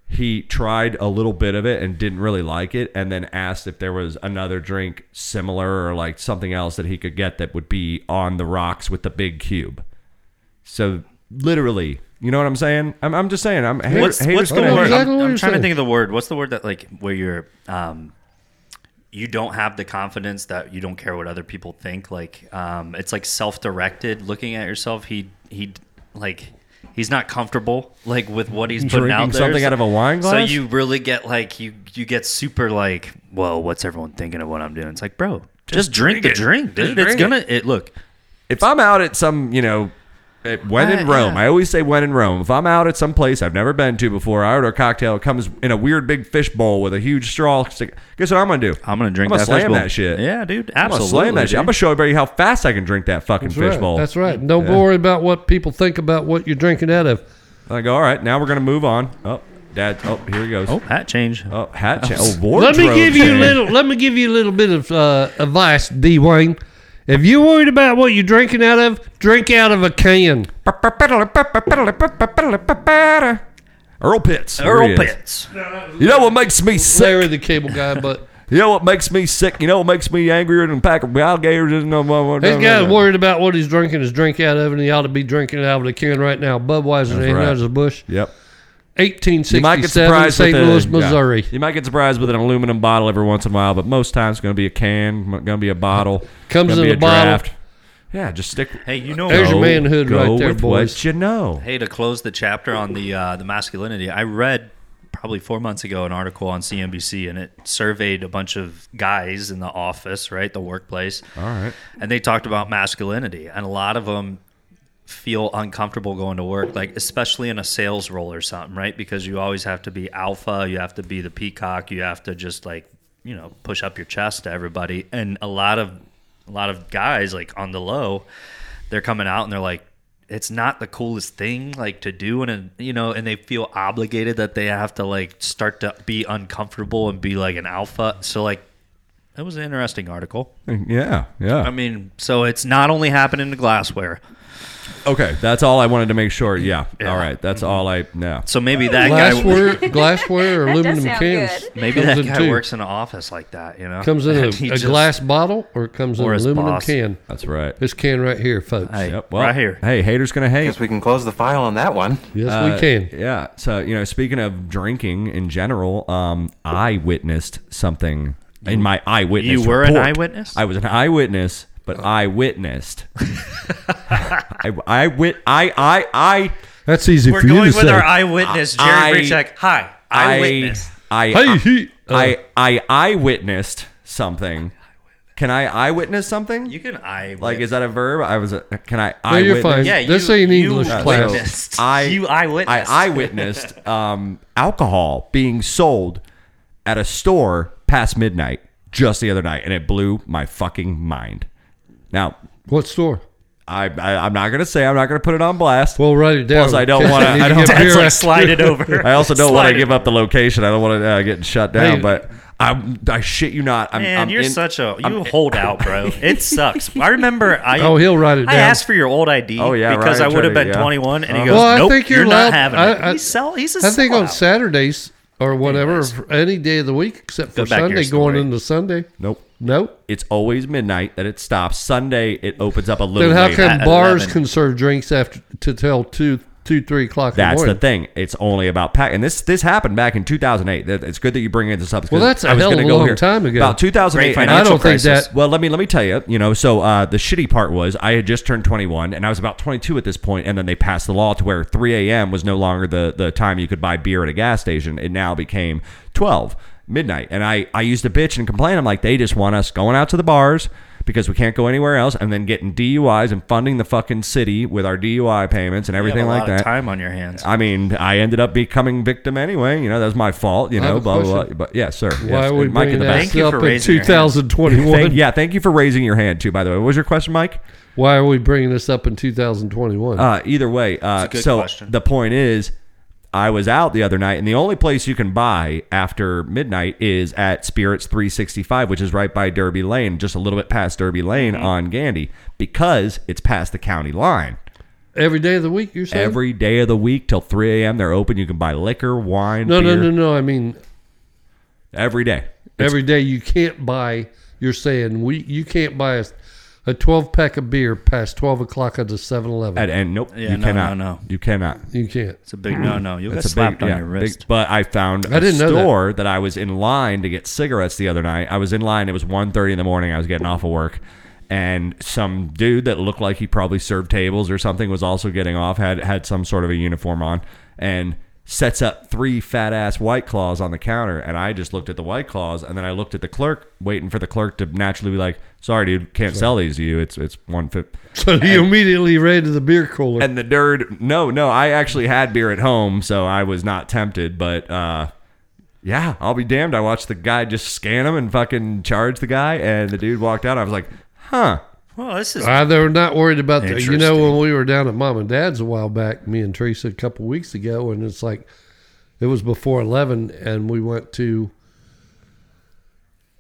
A: he tried a little bit of it and didn't really like it and then asked if there was another drink similar or like something else that he could get that would be on the rocks with the big cube. So literally, you know what I'm saying? I'm, I'm just saying, I'm hater,
B: What's
A: haters
B: what's the
A: gonna
C: know
B: word?
A: hate.
C: exactly
B: I'm,
C: what
B: I'm
C: you're
B: trying to
C: saying.
B: think of the word. What's the word that like where you're um you don't have the confidence that you don't care what other people think. Like um it's like self-directed looking at yourself. He he like he's not comfortable like with what he's putting
A: Drinking
B: out there.
A: something out of a wine
B: So
A: glass?
B: you really get like you you get super like, well, what's everyone thinking of what I'm doing? It's like, bro, just, drink, the drink, dude. it's
A: drink
B: gonna it look.
A: if I'm out at some, you know, at, when in
B: Uh,
A: Rome,
B: yeah.
A: I always say when in Rome. If I'm out at some place I've never been to before, I order a cocktail. It comes in a weird big fish bowl with a huge straw. Stick. Guess what I'm gonna do?
B: I'm gonna drink
A: I'm gonna
B: that
A: slam
B: fishbowl.
A: that shit.
B: Yeah, dude.
A: I'm gonna
B: Absolutely.
A: slam that shit. I'm
B: dude.
A: gonna show everybody how fast I can drink that fucking
C: That's
A: fish
C: right.
A: bowl.
C: That's right. Don't worry about what people think about what you're drinking out of.
A: I go. All right, now we're gonna move on. Oh, dad. Oh, here he goes.
B: Oh, hat change.
A: Oh, hat change. Oh,
C: Let me
A: wardrobe
C: give you a
A: change.
C: little. Let me give you a little bit of uh, advice, D. Wayne. If you're worried about what you're drinking out of, drink out of a can.
A: Earl Pitts. Here he
B: Earl
A: is.
B: Pitts.
A: You know what makes me sick?
C: Larry the Cable Guy, but
A: You know what makes me sick? You know what makes me angrier than a pack of alligators? Is no more.
C: this guy's worried about what he's drinking is drink out of, and he ought to be drinking it out of a can right now. Budweiser,
A: That's right.
C: Anheuser Busch,
A: Yep. You might get
C: 1867,
A: surprised
C: St.
A: with a-
C: Louis,
A: yeah.
C: Missouri.
A: You might get surprised with an aluminum bottle every once in a while, but most times it's going to be a can, going to be a bottle,
C: Comes
A: gonna
C: in
A: be
C: a bottle.
A: Yeah, just stick.
B: Hey, you know,
C: There's your
A: Go-
C: manhood
A: go
C: right there,
A: with
C: boys.
A: What you know?
B: hey, to close the chapter on the uh, the masculinity, I read probably four months ago an article on CNBC, and it surveyed a bunch of guys in the office, right, the workplace. All
A: right.
B: and they talked about masculinity, and a lot of them feel uncomfortable going to work, like especially in a sales role or something, right? Because you always have to be alpha, you have to be the peacock, you have to just like, you know, push up your chest to everybody. And a lot of a lot of guys like on the low, they're coming out and they're like it's not the coolest thing like to do and you know and they feel obligated that they have to like start to be uncomfortable and be like an alpha. So like That was an interesting article.
A: Yeah, yeah.
B: I mean, so it's not only happening to glassware.
A: Okay, that's all I wanted to make sure. Yeah.
B: Yeah.
A: All right, that's all I. No.
B: So maybe that guy,
C: Glassware, glassware, or
H: That does
C: aluminum
H: sound
C: cans.
H: good.
B: maybe
C: comes
B: that
C: in
B: guy
C: two.
B: works in an office like that. You know,
C: Comes in a,
B: He
C: a
B: just-
C: glass bottle, or it comes in
B: Or
C: an
B: his
C: aluminum
B: boss.
C: can.
A: That's right.
C: This can right here, folks.
B: Hey,
A: Yep. Well,
B: right here.
A: Hey, haters gonna hate.
I: Guess we can close the file on that one.
C: yes,
A: Uh,
C: we can.
A: Yeah. So you know, speaking of drinking in general, um, I witnessed something in my eyewitness.
B: You were an Oh.
A: report.
B: eyewitness?
A: I was an eyewitness, but I witnessed. I, I wit. I I I.
C: That's easy
B: We're
C: for you
B: going
C: to
B: with
C: say.
B: our eyewitness,
A: I-
B: Jerry Brechek. Hi, eyewitness.
A: I,
C: Hey, he- uh, Oh.
A: I, I, I, witnessed something. Can I eyewitness something?
B: you can eyewitness.
A: like, is that a verb? I was. A, can I?
C: no, you're fine.
B: Yeah,
C: this
B: you-
C: ain't
B: you
C: English
B: witnessed.
C: class.
B: Witnessed.
A: I,
B: You eyewitnessed.
A: I eyewitnessed um, alcohol being sold at a store past midnight just the other night, and it blew my fucking mind. Now,
C: What store?
A: I, I I'm not gonna say I'm not gonna put it on blast.
C: Well, write it down.
A: Plus, I don't
C: Yes,
A: wanna-
C: need
A: I don't-
C: get
A: That's
C: beer
B: It's like slide
C: after-
B: it over.
A: I also don't want
B: Slide
A: to
B: it
A: give up the location. I don't want to uh, get shut down.
C: Hey.
A: But I'm, I shit you not. I'm,
B: Man,
A: I'm
B: you're
A: in-
B: such a you
A: I'm-
B: hold out, bro. It sucks. I remember I
C: Oh, he'll write it
B: I
C: down.
B: asked for your old ID.
A: Oh, yeah,
B: because
A: Ryan
B: I would have
A: tried to-
B: been
A: yeah.
B: 21, and he
A: Uh-huh.
B: goes,
C: Well, I
B: "Nope,
C: think
B: you're,
C: you're
B: not
C: allowed-
B: having it."
C: I- I-
B: he's sell. He's a
C: I think on
B: sellout.
C: Saturdays or whatever, for any day of the week except
B: Go
C: for
B: back to your
C: Sunday, going
B: story.
C: into Sunday.
A: Nope.
C: Nope.
A: It's always midnight that it stops. Sunday it opens up a little.
C: Then how
A: later.
C: come
B: At
C: bars
B: 11.
C: can serve drinks after to till two, two, three o'clock?
A: That's
C: in the
A: the
C: morning?
A: thing. It's only about pack. And this this happened back in 2008. That- It's good that you bring in this up. 'cause
C: Well, that's a
A: I was
C: hell of
A: gonna
C: a
A: go
C: long
A: here.
C: time ago.
A: About 2008.
B: Great
A: and
C: I
B: financial
C: don't think
B: crisis.
C: that-
A: Well, let me let me tell you. You know, so uh, the shitty part was I had just turned 21, and I was about 22 at this point, and then they passed the law to where 3 a.m. was no longer the the time you could buy beer at a gas station. It now became 12 midnight, and I I used to bitch and complain. I'm like, they just want us going out to the bars. Because we can't go anywhere else, and then getting DUIs and funding the fucking city with our DUI payments and
B: You have
A: everything
B: a
A: like
B: lot of
A: that.
B: time on your hands.
A: I mean, I ended up becoming victim anyway. You know, that's my fault. You
C: I have
A: know,
C: a
A: blah blah, blah.
C: question.
A: But yeah, sir.
C: Why
A: yes.
C: are we
A: And Mike
C: bringing
A: the
C: that
A: best.
B: Thank you
C: up
B: for
C: in
B: raising your hand.
A: Thank,
C: 2021?
A: yeah, thank you for raising your hand too. By the way, what was your question, Mike?
C: Why are we bringing this up in 2021?
A: Uh, either way, uh,
B: It's a good
A: so
B: question.
A: the point is, I was out the other night, and the only place you can buy after midnight is at Spirits 365, which is right by Derby Lane, just a little bit past Derby Lane
B: Mm-hmm.
A: on Gandy, because it's past the county line.
C: Every day of the week, you're saying?
A: Every day of the week till 3 a.m., they're open. You can buy liquor, wine,
C: no, no,
A: beer,
C: no, no. I mean,
A: every day.
C: every day you can't buy. You're saying we you can't buy a, a 12 pack of beer past 12 o'clock at the 7-Eleven.
A: At, and nope,
B: Yeah,
A: you
B: no,
A: cannot.
B: no, no.
A: You cannot.
C: you can't.
B: it's a big no, no. You'll get
A: It's a big,
B: slapped on
A: yeah,
B: your
A: big-
B: wrist.
A: but I found a
C: I didn't know that.
A: store that. I was in line to get cigarettes the other night. I was in line. It was 1.30 in the morning. I was getting off of work. And some dude that looked like he probably served tables or something was also getting off, had, had some sort of a uniform on, and sets up three fat ass White Claws on the counter. And I just looked at the White Claws, and then I looked at the clerk, waiting for the clerk to naturally be like, sorry, dude, can't sell these to you. It's, it's one fifty.
C: So you immediately ran to the beer cooler.
A: And the nerd, no, no, I actually had beer at home, so I was not tempted. But uh, yeah, I'll be damned. I watched the guy just scan him and fucking charge the guy, and the dude walked out. I was like, huh.
B: well, this is
C: Uh, they're not worried about the, you know
B: Interesting.
C: when we were down at mom and dad's a while back me and teresa a couple weeks ago and it's like it was before 11 and we went to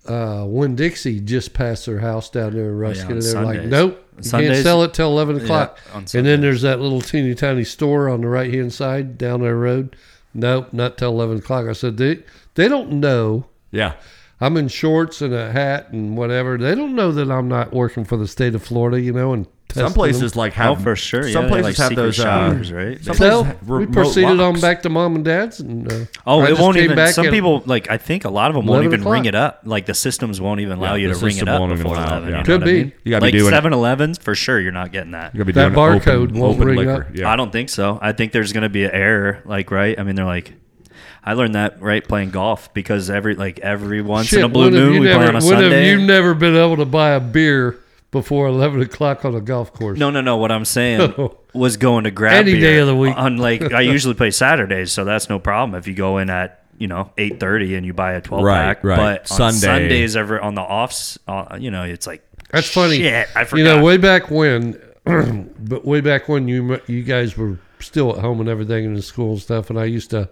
C: uh winn dixie just past their house down there in
B: Oh, yeah,
C: ruskin
B: on
C: and they're like
B: Sundays.
C: nope you
B: Sundays-
C: can't sell it till 11 o'clock
B: on
C: and
B: Sundays.
C: then there's that little teeny tiny store on the right hand side down their road nope not till 11 o'clock i said they, they don't know
A: Yeah.
C: I'm in shorts and a hat and whatever. They don't know that I'm not working for the state of Florida, you know. And testing
A: Some places like
B: oh
A: have
B: for sure.
A: Some
B: yeah,
A: places
B: like
A: have
B: secret
A: those
B: showers,
A: uh,
B: right?
A: some
C: them. So
A: places have
C: we
A: remote
C: proceeded on
A: locks.
C: back to mom and dad's, and uh,
B: Oh,
C: I
B: it
C: just
B: won't
C: came
B: even.
C: back
B: Some
C: and-
B: people like I think a lot of them won't
C: 11
B: even ring
C: o'clock.
B: it up. Like the systems won't even allow
A: Yeah,
B: you
A: the
B: to ring it
A: system
B: up
A: won't even
B: before
A: allow it,
B: eleven.
A: yeah.
B: You
C: Could
B: know what I
C: be.
B: mean?
A: You gotta be
B: like
A: doing it.
B: 7-Elevens for sure. You're not getting that.
A: You gotta be
C: That
A: doing
C: barcode
A: open,
C: won't
A: open
C: ring
A: liquor.
C: up.
A: Yeah.
B: I don't think so. I think there's going to be an error, like right. I mean, they're like, I learned that right playing golf because every like every once in a blue
C: when have
B: moon
C: you
B: we
C: never,
B: play on a
C: when have
B: Sunday.
C: you never been able to buy a beer before 11 o'clock on a golf course?
B: no, no, no. What I'm saying was going to grab
C: Any
B: beer
C: day of the week.
B: On like I usually play Saturdays, so that's no problem if you go in at you know eight thirty and you buy a twelve pack.
A: Right, right.
B: But on
A: Sunday.
B: Sundays, ever on the offs, uh, you know, it's like
C: That's funny.
B: Shit, I forgot.
C: You know, way back when, but way back when you you guys were still at home and everything and in school and stuff, and I used to,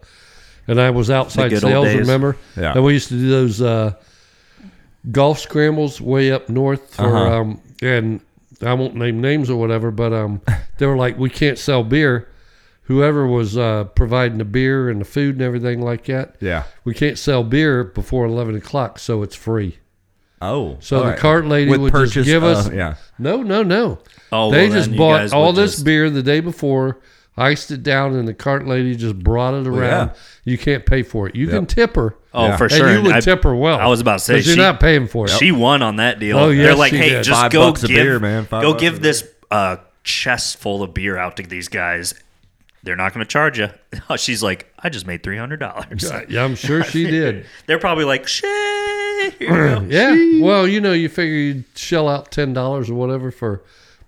C: and I was outside
B: good old
C: sales,
B: days.
C: remember?
A: Yeah.
C: And we used to do those uh, golf scrambles way up north for
A: Uh-huh.
C: um and I won't name names or whatever, but um they were like we can't sell beer. Whoever was uh, providing the beer and the food and everything like that,
A: Yeah.
C: we can't sell beer before eleven o'clock, so it's free.
A: Oh,
C: So
A: all
C: the
A: right.
C: cart lady
A: With
C: would just
A: purchase
C: give
A: of-
C: us
A: yeah.
C: no, no, no.
B: Oh,
C: they
B: well, then
C: just
B: you
C: bought
B: guys
C: all
B: would
C: this
B: just-
C: beer the day before, iced it down, and the cart lady just brought it around.
A: yeah.
C: You can't pay for it. You can tip her.
B: Oh,
A: Yeah.
B: for
C: and
B: sure.
C: you would
B: I-
C: tip her well.
B: I was about to say
C: 'cause you're
B: she-
C: not paying for it.
B: She won on that deal.
C: Oh, yes,
B: They're like,
C: she
B: hey,
C: did.
B: just
A: Five
B: go
A: bucks a
B: give,
A: beer, man. Five
B: go
A: bucks a
B: give this uh, chest full of beer out to these guys. They're not going to charge you. She's like, I just made three hundred dollars.
C: yeah, I'm sure she did.
B: They're probably like, shit. here you go."
C: Yeah. Well, you know, you figure you'd shell out ten dollars or whatever for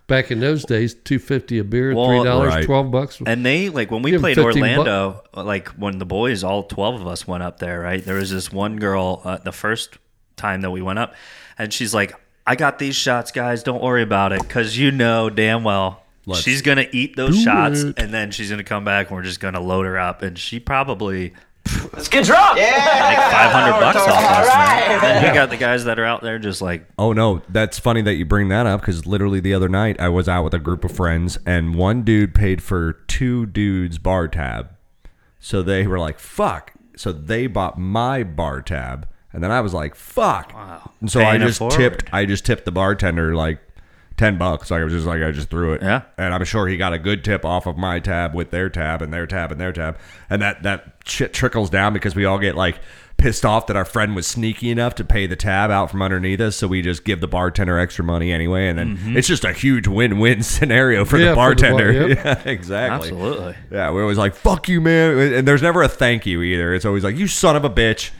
C: back in those days, two fifty a beer,
B: Well,
C: three dollars,
A: right.
C: twelve bucks.
B: And they like when we
C: Give 'em
B: played
C: 15
B: Orlando, like when the boys, all twelve of us went up there, right? There was this one girl uh, the first time that we went up, and she's like, "I got these shots, guys. Don't worry about it, because you know damn well
A: Let's
B: she's gonna eat those
C: do
B: shots,
C: it."
B: and then she's gonna come back, and we're just gonna load her up." And she probably
E: Let's get drunk. Yeah.
B: five hundred bucks off us. man. And you got the guys that are out there just like,
A: Oh no, that's funny that you bring that up because literally the other night I was out with a group of friends and one dude paid for two dudes' bar tab. So they were like, "Fuck!" So they bought my bar tab, and then I was like, "Fuck!" And so I
B: Paying it
A: just
B: forward.
A: tipped. I just tipped the bartender like ten bucks. Like I was just like I just threw it.
B: Yeah.
A: And I'm sure he got a good tip off of my tab with their tab and their tab and their tab, and that that shit trickles down because we all get like pissed off that our friend was sneaky enough to pay the tab out from underneath us, so we just give the bartender extra money anyway, and then it's just a huge win-win scenario for the
C: Yeah, for the bar-
A: bartender.
C: yep.
A: yeah, exactly.
B: absolutely.
A: Yeah, we're always like, "Fuck you, man," and there's never a thank you either. It's always like, "You son of a bitch."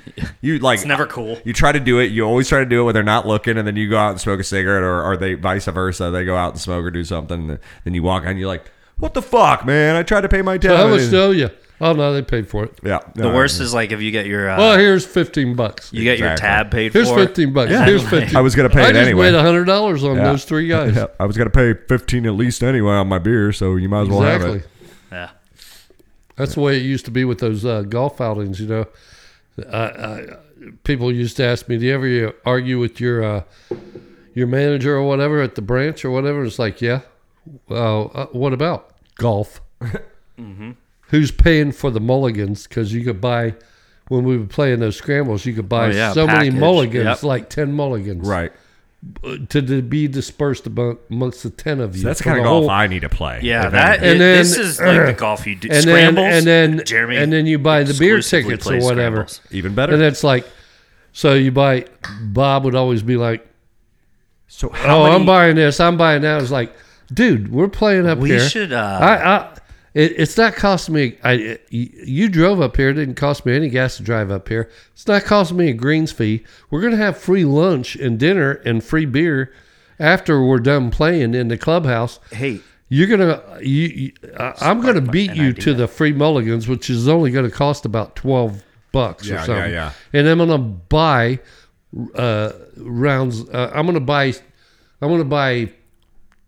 A: You like,
B: It's never cool.
A: You try to do it. You always try to do it when they're not looking, and then you go out and smoke a cigarette, or, or they vice versa. They go out and smoke or do something, and then you walk out and you're like, "What the fuck, man? I tried to pay my tab."
C: How much owe you? Oh no, they paid for it.
A: yeah,
B: The worst is like if you get your uh,
C: Well, here's fifteen bucks.
B: you get your
A: Exactly.
B: tab paid
C: Here's
B: for.
C: fifteen bucks.
A: Yeah.
C: Here's
B: I
C: fifteen.
A: I was gonna pay
C: I
A: it
C: just
A: anyway.
C: made hundred dollars on
A: Yeah.
C: those three guys.
A: Yeah, I was gonna pay fifteen at least anyway on my beer, so you might as well
C: Exactly.
A: have it.
B: Yeah.
C: That's the way it used to be with those uh, golf outings. You know, I, I, people used to ask me, "Do you ever argue with your uh, your manager or whatever at the branch or whatever?" It's like, "Yeah." Well, uh, what about golf?
B: Mm-hmm.
C: Who's paying for the mulligans? Because you could buy when we were playing those scrambles, you could buy
B: Oh, yeah,
C: so
B: package.
C: many mulligans,
B: Yep.
C: like ten mulligans,
A: Right.
C: To, to be dispersed among, amongst the ten of you.
A: That's the
C: for
A: kind of
C: the
A: golf
C: whole-
A: I need to play.
B: Yeah,
A: if
B: that
A: anything.
C: And
B: i-
C: then-
B: this is like the golf you do.
C: and then
B: scrambles,
C: and then
B: Jeremy,
C: and then you buy the beer
B: exclusively
C: tickets or
B: plays
C: whatever.
B: scrambles.
A: even better.
C: And it's like, so you buy. Bob would always be like,
A: so how
C: "Oh,
A: many,
C: I'm buying this. I'm buying that." It's like, dude, we're playing up
B: We
C: here.
B: should, uh,
C: I, I, it, it's not costing me. I, y- you drove up here. It didn't cost me any gas to drive up here. It's not costing me a greens fee. We're gonna have free lunch and dinner and free beer after we're done playing in the clubhouse.
B: Hey,
C: You're gonna, you, you I, I'm gonna beat
B: an
C: you to
B: idea.
C: the free mulligans, which is only gonna cost about twelve bucks
A: Yeah,
C: or
A: yeah,
C: something.
A: yeah.
C: And I'm gonna buy uh, rounds. Uh, I'm gonna buy, I'm gonna buy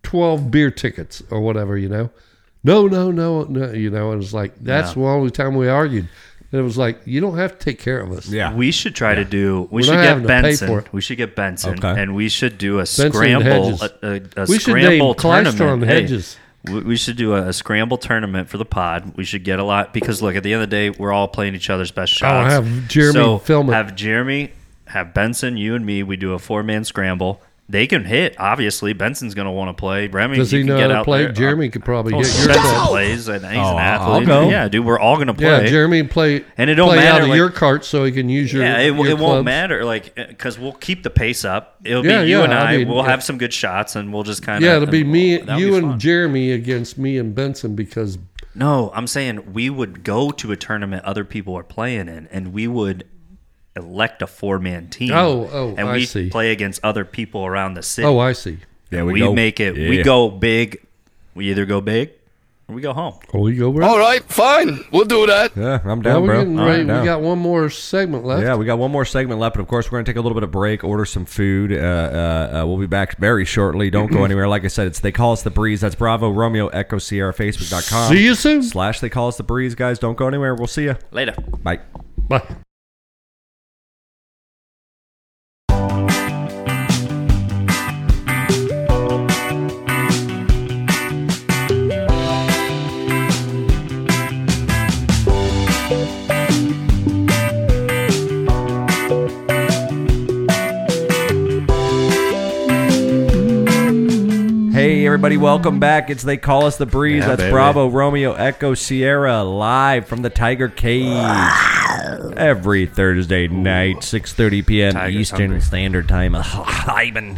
C: twelve beer tickets or whatever. You know, no, no, no, no. You know, and it's like that's the only time we argued. And it was like you don't have to take care of us.
A: Yeah.
B: we should try to do. We
C: We're
B: should
C: not
B: get
C: having to pay for
B: Benson.
C: it.
B: We should get Benson,
A: Okay.
B: and we should do a
C: and
B: scramble.
C: Hedges.
B: A, a, a
C: We should name
B: scramble
C: Clystron
B: tournament.
C: Hedges.
B: Hey, we- we should do a, a scramble tournament for the pod. We should get a lot because look, at the end of the day, we're all playing each other's best
C: I'll
B: shots.
C: have Jeremy
B: so
C: film it.
B: Have Jeremy, have Benson, you and me. We do a four man scramble. They can hit, obviously. Benson's going to want to play. Remy,
C: Does
B: you
C: he
B: can
C: know
B: get
C: how to
B: out
C: play?
B: there. Uh,
C: Jeremy could probably
B: Oh,
C: get your
B: Spencer
C: card.
B: plays, and he's
A: Oh,
B: an athlete.
A: I'll go.
B: Yeah, dude, we're all gonna play.
C: Yeah, Jeremy play.
B: And it don't
C: play
B: matter,
C: out of
B: like-
C: your cart so he can use your.
B: Yeah, it,
C: your
B: it
C: clubs.
B: won't matter, like, because we'll keep the pace up. It'll
C: Yeah,
B: be you
C: yeah,
B: and I.
C: I mean,
B: we'll
C: yeah.
B: have some good shots, and we'll just kind of
C: Yeah, it'll be me, you, and Jeremy against me and Benson because
B: No, I'm saying we would go to a tournament other people are playing in, and we would elect a four man team.
C: Oh, oh,
B: and
C: I
B: we
C: see.
B: play against other people around the city.
C: oh, I see.
A: Yeah,
B: we
A: go-
B: make it. We
A: Yeah.
B: go big. We either go big or we go home.
C: Oh, we go
F: All
C: right.
F: right, fine. We'll do that.
A: Yeah, I'm
C: Now
A: down,
C: we're
A: bro.
C: getting
A: I'm
C: ready.
A: down.
C: We got one more segment left.
A: Yeah, we got one more segment left. Of course, we're going to take a little bit of break, order some food. Uh, uh, uh, we'll be back very shortly. Don't go anywhere. Like I said, it's They Call Us The Breeze. That's Bravo Romeo Echo Sierra Facebook.com.
C: See you soon.
A: Slash They Call Us The Breeze, guys. Don't go anywhere. We'll see you.
B: Later.
A: Bye.
C: Bye.
A: everybody. Welcome back. It's They Call Us the Breeze.
I: Yeah,
A: That's
I: baby.
A: Bravo, Romeo, Echo, Sierra, live from the Tiger Cage. Every Thursday night, 6.30 p.m.
B: Tiger's
A: Eastern
B: hungry.
A: Standard Time. Ivan.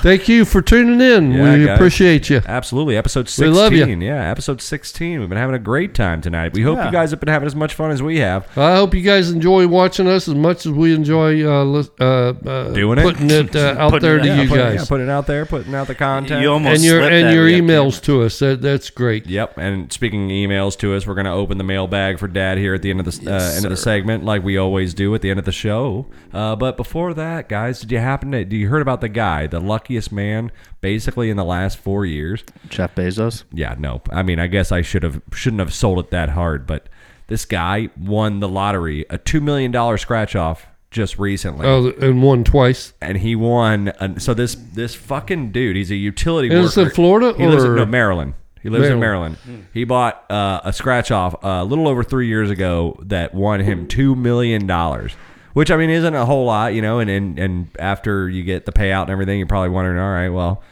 C: Thank you for tuning in.
A: Yeah,
C: we
A: guys.
C: appreciate you.
A: Absolutely. Episode 16.
C: We love you.
A: Yeah, episode 16. We've been having a great time tonight. We hope
B: Yeah.
A: you guys have been having as much fun as we have.
C: I hope you guys enjoy watching us as much as we enjoy uh, lis- uh, uh,
A: Doing it.
C: putting it uh, out
B: Putting
C: there
B: it
C: to
B: out.
A: Yeah,
C: you
A: putting, yeah,
C: guys
A: putting it out there, putting out the content.
B: You almost
C: and your
B: slipped
C: and
B: that
C: your
B: with that
C: emails to us. That, that's great.
A: Yep, and speaking of emails to us, we're going to open the mailbag for Dad here at the end of the uh, end of the segment, like we always do at the end of the show. Uh, but before that, guys, did you happen to? Do you heard about the guy, the luckiest man, basically in the last four years?
B: Jeff Bezos.
A: Yeah, no. I mean, I guess I should have shouldn't have sold it that hard, but this guy won the lottery, a two million dollar scratch off just recently,
C: Oh, and one twice.
A: and he won. An, so this this fucking dude, he's a utility
C: And
A: worker.
C: it's in Florida
A: He lives in
C: or-
A: no, Maryland. He lives in
C: Maryland. Hmm.
A: Maryland. He bought uh, a scratch off a little over three years ago that won him two million dollars. Which I mean isn't a whole lot, you know. And, and and after you get the payout and everything, you're probably wondering, all right, well,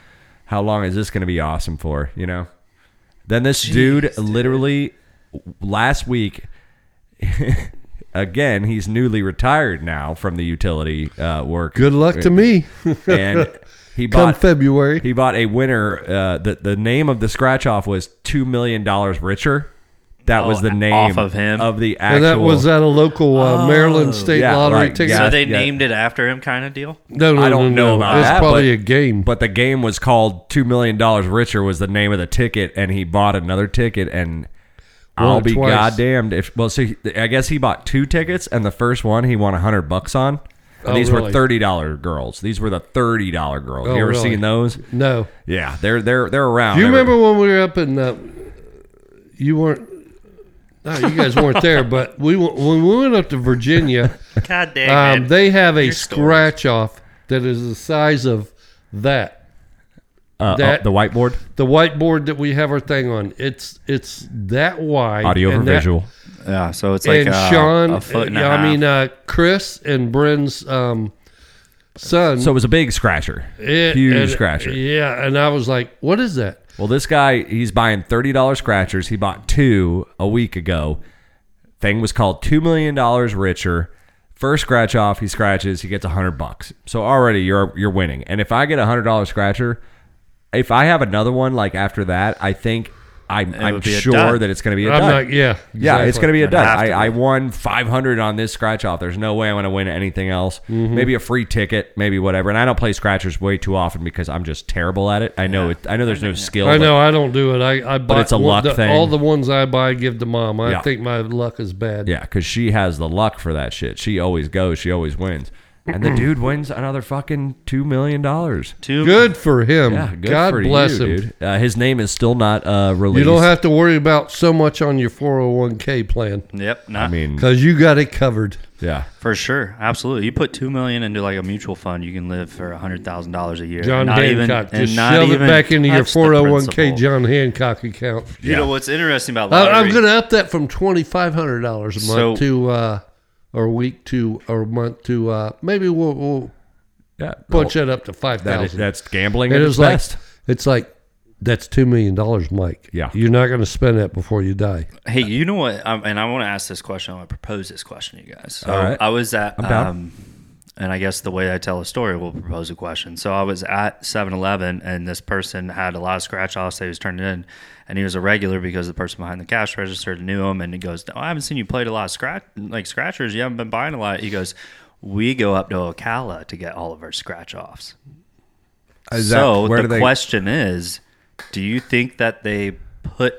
A: how long is this going to be awesome for, you know? Then this dude literally last week again he's newly retired now from the utility uh, work
C: Good luck to me.
A: and he
C: Come
A: bought
C: February.
A: he bought a winner uh, the, the name of the scratch off was two million dollars richer that was the
B: Oh, off
A: name
B: of him?
A: of the actual Oh,
C: and that was at a local uh, Maryland state
A: yeah,
C: lottery
A: right,
C: ticket.
A: yeah.
B: so they
A: yeah.
B: named it after him, kind of deal.
C: No, no,
A: I don't
C: no,
A: know
C: no.
A: about
C: It's
A: that,
C: probably
A: but-
C: a game.
A: but the game was called two million dollars richer was the name of the ticket and he bought another ticket and
C: Won
A: I'll
C: it
A: be
C: twice.
A: goddamned if well so he, I guess he bought two tickets and the first one he won a hundred bucks on and
C: Oh,
A: these were
C: really?
A: thirty dollar girls these were the thirty dollar girls
C: Oh,
A: you ever
C: really?
A: seen those
C: no.
A: yeah they're they're they're around
C: Do you
A: Every-
C: remember when we were up in? Uh, you weren't. No, you guys weren't there. But we w- when we went up to Virginia,
B: God damn
C: um,
B: it.
C: they have a
B: Your stories.
C: scratch off that is the size of that
A: uh,
C: that-
A: uh, the whiteboard
C: the whiteboard that we have our thing on. It's it's that wide.
A: audio
C: and
A: over
C: that-
A: visual
B: yeah, so it's like
C: and
B: uh,
C: Sean,
B: a foot and a
C: yeah,
B: half.
C: I mean uh, Chris and Bryn's um, son.
A: so it was a big scratcher
C: It-
A: huge
C: and- uh,
A: scratcher
C: Yeah, and I was like, "What is that?"
A: Well, this guy, he's buying $30 scratchers. He bought two a week ago. Thing was called $2 million richer. First scratch off, he scratches, he gets 100 bucks. So already you're you're winning. And if I get a $100 scratcher, if I have another one like after that, I think I'm, I'm
B: would be a
A: sure
B: dud.
A: that it's going to be a
C: I'm
A: dud.
C: like, "Yeah,
A: Yeah, it's
C: exactly.
A: going to be a dud.
B: have to
A: I, I won 500 on this scratch off. There's no way I'm going to win anything else.
C: Mm-hmm.
A: Maybe a free ticket, maybe whatever. And I don't play scratchers way too often because I'm just terrible at it. I know it. I know there's no skill.
C: I
A: but-
C: know I don't do it. I, I buy
A: it's a
C: one-
A: luck
C: the-
A: thing.
C: All the ones I buy, I give to mom. I
A: Yeah.
C: think my luck is bad.
A: Yeah, because she has the luck for that shit. She always goes. She always wins. And the dude wins another fucking two million dollars.
B: Two-
C: Good for him.
A: Yeah, good
C: God
A: for
C: bless
A: you,
C: him.
A: dude. Uh, his name is still not uh, released.
C: You don't have to worry about so much on your 401k plan
B: Yep, not
A: I mean,
C: because you got it covered.
A: yeah,
B: for sure. Absolutely, you put two million into like a mutual fund, you can live for a hundred thousand dollars a year.
C: John
B: not even,
C: Hancock.
B: and
C: Just
B: not
C: shove it
B: even
C: back into your
B: touch the
C: 401k
B: principal.
C: John Hancock account.
B: You know what's interesting about
C: I,
B: lottery?
C: I'm going to up that from $2,500 a month
B: So-
C: to, uh, or a week to, or a month to, uh, maybe we'll, we'll
A: yeah.
C: punch that up to 5000
A: That is, that's gambling.
C: And
A: at
C: it
A: its
C: was like,
A: best.
C: it's like, that's $2 million, Mike.
A: Yeah.
C: You're not going to spend that before you die.
B: Hey, you know what? Um, and I want to ask this question. I want to propose this question to you guys. So
A: All right.
B: I was at,
A: down.
B: um, and I guess the way I tell a story will propose a question. So I was at 7 Eleven, and this person had a lot of scratch offs that he was turning in. And he was a regular because the person behind the cash register knew him. And he goes, oh, I haven't seen you played a lot of scratch, like scratchers. You haven't been buying a lot. He goes, We go up to Ocala to get all of our scratch offs.
A: Is that-
B: So
A: where
B: the
A: do they-
B: question is, do you think that they put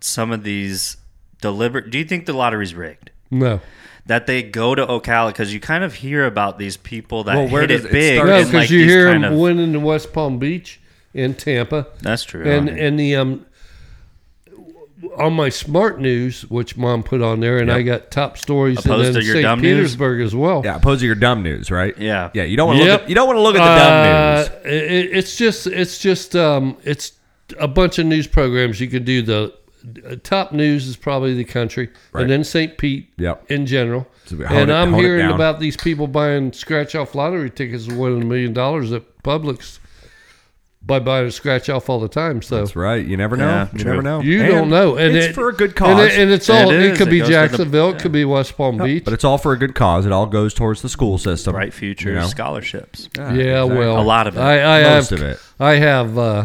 B: some of these deliberate? Do you think the lottery's rigged?
C: No.
B: That they go to Ocala because you kind of hear about these people that
A: Well, where
B: hit
A: does
B: it
A: it
B: big.
A: start?
C: No,
B: and,
C: because
B: like,
C: you
B: these
C: hear
B: kind
C: him
B: of-
C: winning in West Palm Beach and Tampa,
B: That's true.
C: and
B: I mean,
C: and the um, on my smart news, which mom put on there, and I got top stories
B: Opposed
C: and
B: to
C: then
B: your
C: St.
B: dumb news?
C: Petersburg as well.
A: Yeah, opposed to your dumb news, right?
B: Yeah.
A: yeah. You don't want to look. At, you don't want to look at the dumb news.
C: dumb news. It, Uh, it's just it's just um, it's a bunch of news programs you could do. The uh, top news is probably the country,
A: Right.
C: and then St. Pete
A: Yep.
C: in general.
A: So we hone
C: and
A: it-
C: I'm
A: hone it
C: hearing
A: down.
C: about these people buying scratch off lottery tickets and winning a million dollars at Publix. by buying a scratch off all the time. So
A: That's right. You never know.
B: Yeah,
A: you
B: true.
A: never know.
C: you
A: And
C: don't know, and
A: it's
C: it-
A: for a good cause.
C: and it- and it's
B: It
C: all. It,
B: is.
C: could
B: It
C: be
B: goes to the-
C: Jacksonville. It
B: yeah.
C: could be West Palm Beach.
A: but it's all for a good cause. It all goes towards the school system.
B: Bright future
A: you know?
B: scholarships.
C: yeah,
B: A
C: well,
B: lot of it.
C: I, I
A: Most
C: have,
A: of it.
C: I have uh,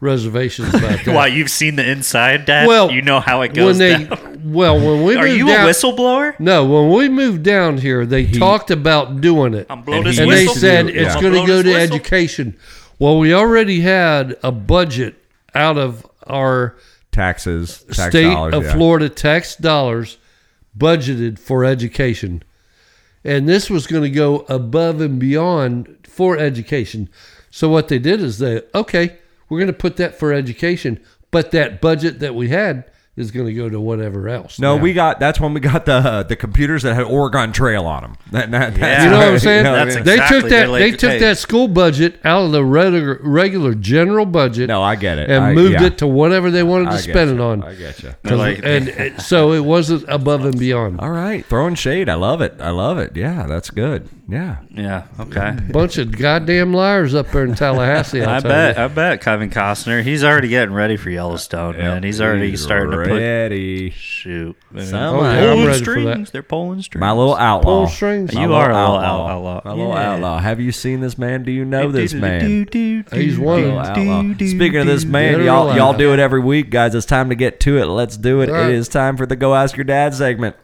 C: reservations about that.
H: Wow, you've seen the inside, Dad.
C: Well,
H: you know how it
C: when
H: goes.
C: they,
H: down.
C: well, when we
H: Are
C: moved
H: you
C: down,
H: a whistleblower?
C: No, when we moved down here, they talked about doing it,
H: I'm blowing
A: And
H: his
A: he-
C: and they
H: whistle.
C: said
A: Yeah.
C: it's
H: I'm
C: going to
H: blowing
C: go
H: his
C: to
H: whistle.
C: education. Well, we already had a budget out of our
A: Taxes, tax
C: state
A: dollars,
C: of
A: yeah.
C: Florida tax dollars budgeted for education. And this was going to go above and beyond for education. So what they did is they, okay, we're going to put that for education, but that budget that we had is going to go to whatever else.
A: No,
C: now.
A: we got. That's when we got the the computers that had Oregon Trail on them. That, that, that's
C: You know
A: where-
C: what I'm saying?
A: you know what I
H: That's
A: mean?
H: ex-
C: They
H: Exactly.
C: took that.
H: They're like,
C: they took
H: hey.
C: that school budget out of the regular, regular general budget.
A: No, I get it.
C: and
A: I-
C: moved
A: yeah.
C: it to whatever they wanted to
A: I
C: spend
A: getcha.
C: it on.
A: I getcha.
C: 'Cause-
H: Like-
C: and it, so it wasn't above and beyond.
A: All right, throwing shade. I love it. I love it. Yeah, that's good. Yeah,
B: Yeah. Okay.
C: bunch of goddamn liars up there in Tallahassee. I'll
B: I
C: tell
B: bet.
C: you.
B: I bet Kevin Costner. He's already getting ready for Yellowstone, man. He's already starting to put
A: ready.
B: shoot.
A: Sound
C: Oh,
A: like-
C: yeah, I'm
B: pulling
C: ready for
B: strings.
C: that.
B: They're pulling strings.
A: My little outlaw.
C: Pull strings.
A: My
B: You
A: little
B: are a little outlaw.
A: My little
B: Yeah.
A: outlaw. Have you seen this man? Do you know this man?
C: He's one
A: Little
C: of them.
A: outlaw. Speaking of this man,
C: do,
A: y'all
C: do.
A: y'all do it every week, guys. It's time to get to it. Let's do it.
C: Right.
A: It is time for the Go Ask Your Dad segment.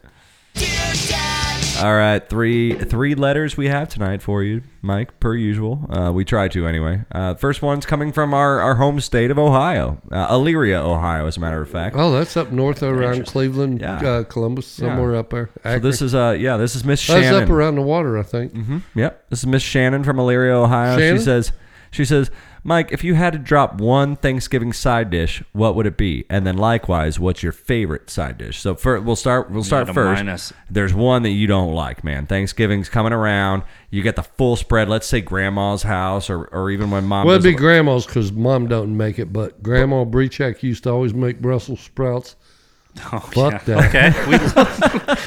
A: All right, three three letters we have tonight for you, Mike. Per usual, uh, we try to anyway. Uh, first one's coming from our, our home state of Ohio, uh, Elyria, Ohio, as a matter of fact.
C: Oh, that's up north around Cleveland,
A: Yeah.
C: uh, Columbus, somewhere up there.
A: So this is uh yeah, this is Miss
C: that's
A: Shannon. Mm-hmm.
C: up around the water, I think.
A: Yep. This is Miss Shannon from Elyria, Ohio.
C: Shannon?
A: She says, she says, Mike, if you had to drop one Thanksgiving side dish, what would it be? And then likewise, what's your favorite side dish? So fir- we'll start. We'll start
B: gotta
A: first.
B: minus.
A: There's one that you don't like, man. Thanksgiving's coming around. You get the full spread. Let's say grandma's house, or, or even when mom.
C: Well, it'd be
A: doesn't-
C: grandma's because mom don't make it, but Grandma Brechak used to always make Brussels sprouts. Fuck that.
H: Okay, we,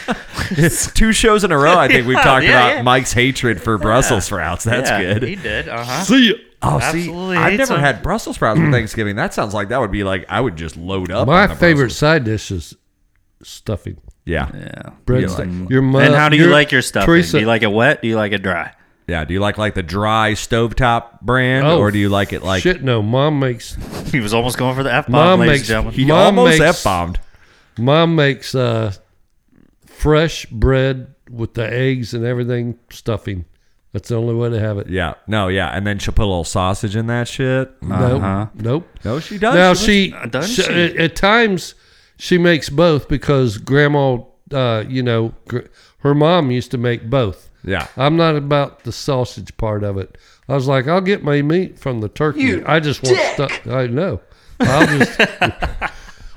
A: Two shows in a row, I think we've talked
H: Yeah,
A: about
H: yeah.
A: Mike's hatred for Brussels sprouts. That's
H: yeah,
A: good.
H: He did. Uh huh.
C: See ya.
A: Oh,
H: Absolutely
A: see, I've
H: hates
A: never
H: them.
A: had Brussels sprouts for Thanksgiving. That sounds like that would be like I would just load up.
C: My
A: on the
C: favorite
A: Brussels.
C: side dish is stuffing.
A: yeah,
B: Yeah.
C: Bread
A: You
C: stuffing.
A: like-
C: your mu-
B: and how do you
C: your-
B: like your stuffing?
C: Teresa-
B: Do you like it wet? Do you like it dry?
A: yeah. Do you like like the dry stovetop brand,
C: Oh,
A: or do you like it like
C: shit? No, mom makes
H: He was almost going for the f bomb,
C: Mom
H: ladies
C: makes-
H: and gentlemen.
A: he
C: Mom
A: almost
C: makes-
A: f bombed?
C: mom makes uh, fresh bread with the eggs and everything stuffing. That's the only way to have it.
A: Yeah, no, yeah, and then she'll put a little sausage in that shit.
C: Nope, nope.
A: No, she does.
C: Mm. now she,
B: uh, doesn't
C: she-
B: she?
C: At, at times she makes both because grandma, uh, you know, gr- her mom used to make both.
A: yeah,
C: I'm not about the sausage part of it. I was like, I'll get my meat from the turkey. I just want stuff. I know. I'll just.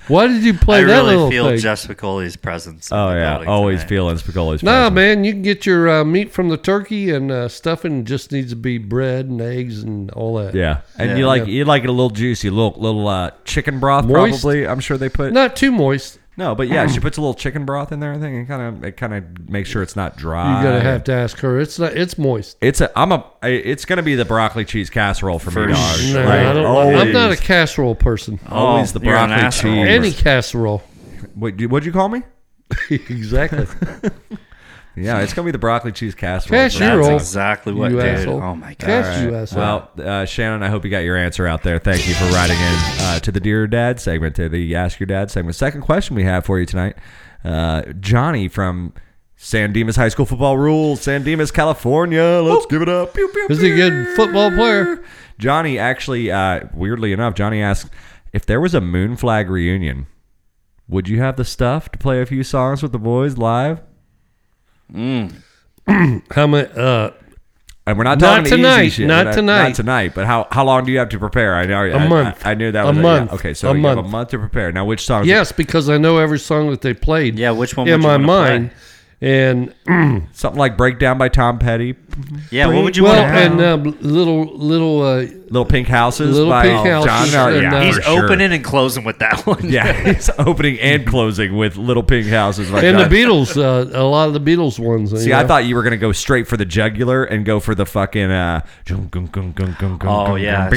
C: Why did you play
H: I
C: that
H: really
C: little
H: feel
C: thing?
H: Jeff Spicoli's presence. in
A: oh
H: the
A: yeah,
H: building
A: always
H: tonight.
A: feeling Spicoli's.
C: No,
A: presence.
C: man, you can get your uh, meat from the turkey, and uh, stuffing just needs to be bread and eggs and all that.
A: Yeah, and you like you like it a little juicy, little little uh, chicken broth
C: Moist?
A: probably. I'm sure they put
C: Not too moist.
A: no, but yeah, she puts a little chicken broth in there. I think it kind of it kind of makes sure it's not
C: You're
A: dry.
C: gonna have to ask her. It's not. It's moist.
A: It's a. I'm a. I- It's gonna be the broccoli cheese casserole for, me. dog.
C: No,
A: Like,
C: I don't,
A: always,
C: I'm not a casserole person.
A: always the
B: You're an
A: broccoli
B: asshole.
A: cheese.
C: Any casserole.
A: What you, what'd you call me?
C: exactly.
A: Yeah, it's gonna be the broccoli cheese casserole.
C: Cashew
A: That's-
C: roll.
B: That's exactly what,
C: you
B: dude.
C: asshole.
B: Oh my god.
C: Cashew asshole.
A: Well, uh, Shannon, I hope you got your answer out there. Thank you for writing in uh, to the Dear Dad segment, to the Ask Your Dad segment. Second question we have for you tonight, uh, Johnny from San Dimas High School Football Rules, San Dimas, California. Let's give it up. Pew, pew,
C: He's a good football player.
A: Johnny actually, uh, weirdly enough, Johnny asked if there was a moon flag reunion, would you have the stuff to play a few songs with the boys live?
C: How many? Uh,
A: And we're not
C: Not
A: talking the easy
C: tonight,
A: shit.
C: not
A: We're
C: tonight.
A: Not tonight. But how how long do you have to prepare? I know.
C: A month.
A: I, I knew that
C: A
A: was it, yeah.
C: month.
A: Okay, so
C: A
A: you have a
C: month.
A: month to prepare. Now, which songs?
C: yes, because I know every song that they played.
B: Yeah, which one
C: in
B: would you
C: my
B: wanna
C: mind?
B: play?
C: And
A: Something like Breakdown by Tom Petty,
B: Yeah, what would you
C: well,
B: want to
C: and um, little little uh,
A: Little Pink Houses
C: Little
A: by
C: Pink
A: John.
C: Houses
A: Mellencamp.
C: and, uh,
A: yeah,
B: He's
A: for sure.
B: opening and closing with that one.
A: Yeah, he's opening and closing with Little Pink Houses by
C: and the
A: John.
C: Beatles, uh, a lot of the Beatles ones. you
A: See, I
C: know.
A: thought you were gonna go straight for the jugular and go for the fucking. Uh, oh
B: Oh, yeah,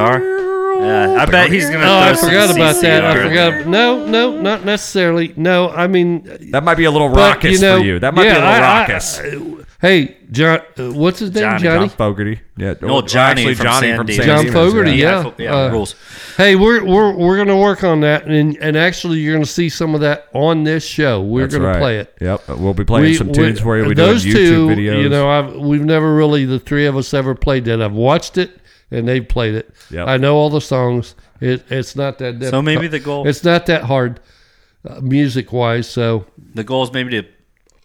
B: CCR. Yeah, I bet he's gonna.
C: Oh,
B: throw
C: I
B: some
C: forgot about that.
B: CCR.
C: I forgot. No, no, not necessarily. No, I mean,
A: That might be a little
C: But,
A: raucous
C: you know,
A: for you. That might be
C: yeah,
A: a little
C: I- I-
A: raucous.
C: hey, John, uh, what's his name?
B: Johnny,
C: Johnny.
A: John Fogerty. Yeah.
B: No,
A: Or
B: Johnny
A: actually
B: from
A: Johnny
B: San
A: from
B: Diego.
A: San
C: John
A: Diego.
C: Fogerty,
A: Yeah.
C: yeah.
B: Yeah, fo- yeah,
C: Uh,
B: rules.
C: Hey, we're we're we're gonna work on that, and and actually, you're gonna see some of that on this show. We're
A: That's
C: gonna
A: right.
C: play it.
A: Yep. uh, We'll be playing
C: We-
A: some
C: we-
A: tunes for you. We do
C: those
A: YouTube
C: two,
A: videos.
C: you know, I've, we've never really the three of us ever played that. I've watched it, and they've played it.
A: Yep.
C: I know all the songs. It, it's not that difficult.
B: maybe the goal-
C: It's not that hard, uh, music wise. So
B: The goal is maybe to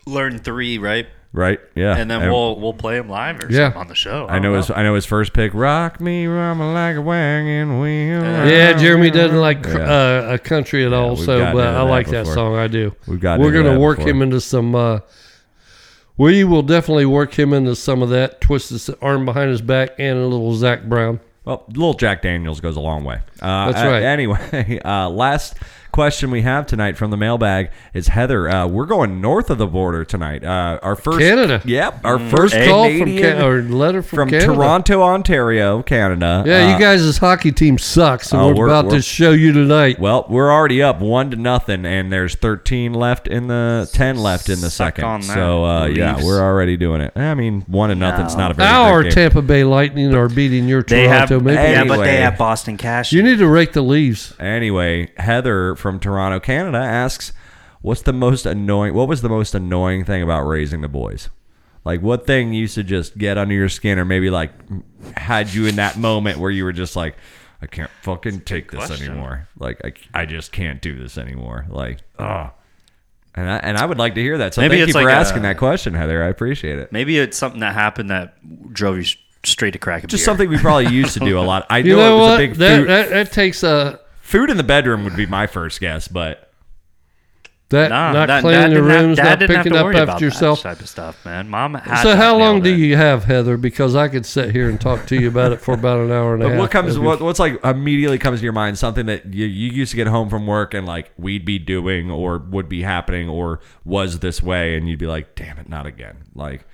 B: learn three, right?
A: right? Yeah.
B: And then we'll we'll play him live or
C: Yeah.
B: something on the show.
A: I know his. I know his first pick. Rock me, rama like a wagon wheel.
C: yeah, Jeremy doesn't like cr-
A: Uh-huh. Yeah.
C: uh, a country at all.
A: we've
C: So
A: gotten
C: but
A: into
C: I
A: that
C: like that
A: before.
C: song. I do.
A: We've gotten
C: We're
A: into
C: gonna
A: that
C: work
A: before.
C: him into some. Uh, we will definitely work him into some of that. Twist his arm behind his back and a little Zach Brown.
A: Well, little Jack Daniels goes a long way. Uh,
C: That's
A: uh,
C: right.
A: anyway, uh, last question we have tonight from the mailbag is Heather. Uh, we're going north of the border tonight. Uh, our first
C: Canada.
A: Yep, our
B: Mm.
A: first
C: Call from
A: Canadian
C: Ca- or letter from,
A: from
C: Canada.
A: Toronto, Ontario, Canada.
C: Yeah,
A: Uh,
C: you guys' hockey team sucks, and
A: oh,
C: we're,
A: we're-
C: about
A: we're-
C: to show you tonight.
A: Well, we're already up one to nothing, and there's 13 left in the 10 left in the
B: Suck
A: second.
B: on that,
A: so uh, yeah,
B: Leafs.
A: we're already doing it. I mean, one to nothing's not a very
C: Our
A: big game.
C: Tampa Bay Lightning are beating your
B: They have,
C: Toronto Maple
B: yeah,
C: Leafs.
B: but
A: Anyway.
B: they have Boston Cash.
C: You need to rake the leaves.
A: Anyway, Heather from Toronto, Canada asks, "What's the most annoying? What was the most annoying thing about raising the boys? Like, what thing used to just get under your skin, or maybe like had you in that moment where you were just like." I can't fucking take this anymore. Like I, I just can't do this anymore. Like, oh, and I, and I would like to hear that. So
B: Maybe
A: thank you
B: it's
A: for
B: like a-
A: asking that question, Heather. I appreciate it.
B: Maybe it's something that happened that drove you s- straight to crack a
A: Just
B: beer.
A: something we probably used to do a lot. I
C: You
A: know,
C: know
A: it was
C: what?
A: a big
C: that,
A: food,
C: that that takes a
A: food in the bedroom would be my first guess, but
C: that
B: Nah,
C: not
B: that,
C: cleaning
B: Dad
C: the
B: didn't have-
C: rooms,
B: Dad
C: not
B: didn't have
C: picking
B: to
C: up
B: worry about
C: after
B: that
C: yourself.
B: type of stuff, man. Mom had
C: So
B: that
C: how long
B: nailed
C: do
B: in.
C: you have, Heather? Because I could sit here and talk to you about it for about an hour and a
A: But
C: half.
A: what comes?
C: of your-
A: What, what's like immediately comes to your mind? Something that you, you used to get home from work and like we'd be doing or would be happening or was this way, and you'd be like, "Damn it, not again!" Like,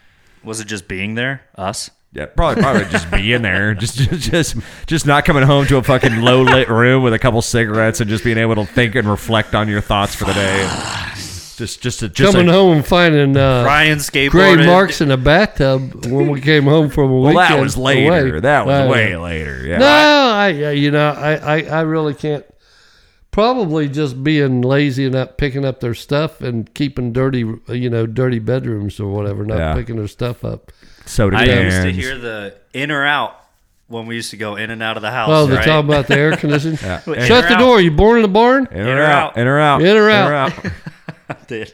B: Was it just being there? Us?
A: yeah, probably probably just be in there, just just just not coming home to a fucking low lit room with a couple cigarettes and just being able to think and reflect on your thoughts for the day. Just just to, just
C: coming
A: like-
C: home and finding uh,
B: Ryan skateboarded.
C: gray marks in a bathtub when we came home from a
A: Well,
C: weekend.
A: that was later.
C: away.
A: That was
C: Wow.
A: way later. Yeah.
C: No, I, I you know I, I I really can't. Probably just being lazy and not picking up their stuff and keeping dirty, you know, dirty bedrooms or whatever, not
A: Yeah.
C: picking their stuff up.
A: Soda
B: I
A: cans.
B: used to hear the in or out when we used to go in and out of the house.
C: Oh, they're
B: right?
C: talking about the air conditioning.
B: In
C: Shut
B: or
C: the
B: out.
C: door. You born in the barn?
A: in or out. In or out.
C: In or out.
B: Dude.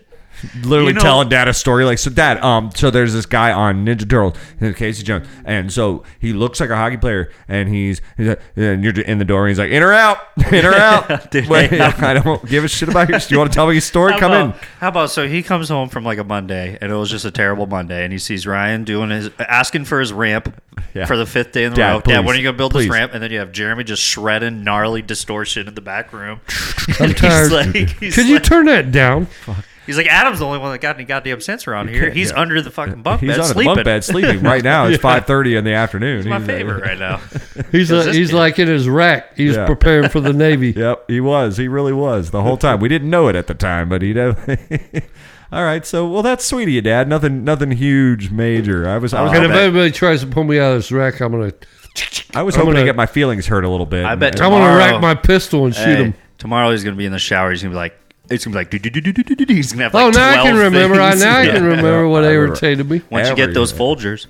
A: literally
B: You know-
A: telling dad a story like so dad um so there's this guy on ninja turtles and casey jones and so he looks like a hockey player and he's, he's like- and you're in the door and he's like in or out in or out
B: Dude,
A: Wait,
B: I know.
A: i don't give a shit about your you want to tell me your story
B: How
A: come
B: about,
A: in
B: How about so he comes home from like a Monday and it was just a terrible Monday and he sees Ryan doing his asking for his ramp
A: Yeah.
B: for the fifth day in the
A: Dad,
B: row. Dad, when are
A: please,
B: you gonna build
A: please."
B: this ramp? And then you have Jeremy just shredding gnarly distortion in the back room.
C: I'm
B: He's
C: tired.
B: like, he's
C: Could
B: like,
C: you turn that down?
B: he's like Adam's the only one that got any goddamn sensor on here. He's under the fucking bunk
A: he's
B: bed
A: on the
B: sleeping.
A: bunk bed sleeping right now it's 5.30 in the afternoon
B: My
A: He's like-
B: favorite right now.
C: He's
B: Does
C: a,
B: this
C: he's
B: kid-
C: like in his rack. He's
A: Yeah.
C: preparing for the Navy.
A: Yep, he was. He really was the whole time. We didn't know it at the time, but he definitely. All right, so well, that's sweet of you, Dad. Nothing, nothing huge, major. I was, I
B: Uh,
A: was,
C: And if
A: hoping,
C: anybody tries to pull me out of this rack, I'm gonna
A: I was hoping to
C: gonna-
A: get my feelings hurt a little bit.
B: I bet
C: I'm gonna
B: Tomorrow.
C: rack my pistol and shoot
B: Hey,
C: him.
B: Tomorrow he's gonna be in the shower. He's gonna be like, it's gonna be like, do do do do do do do. He's gonna have like
C: Oh, now I can
B: 12
C: remember. I
B: things.
C: Now I
B: Yeah.
C: can remember what
A: I remember.
C: irritated me.
B: Once you get those
A: Everywhere.
B: Folgers,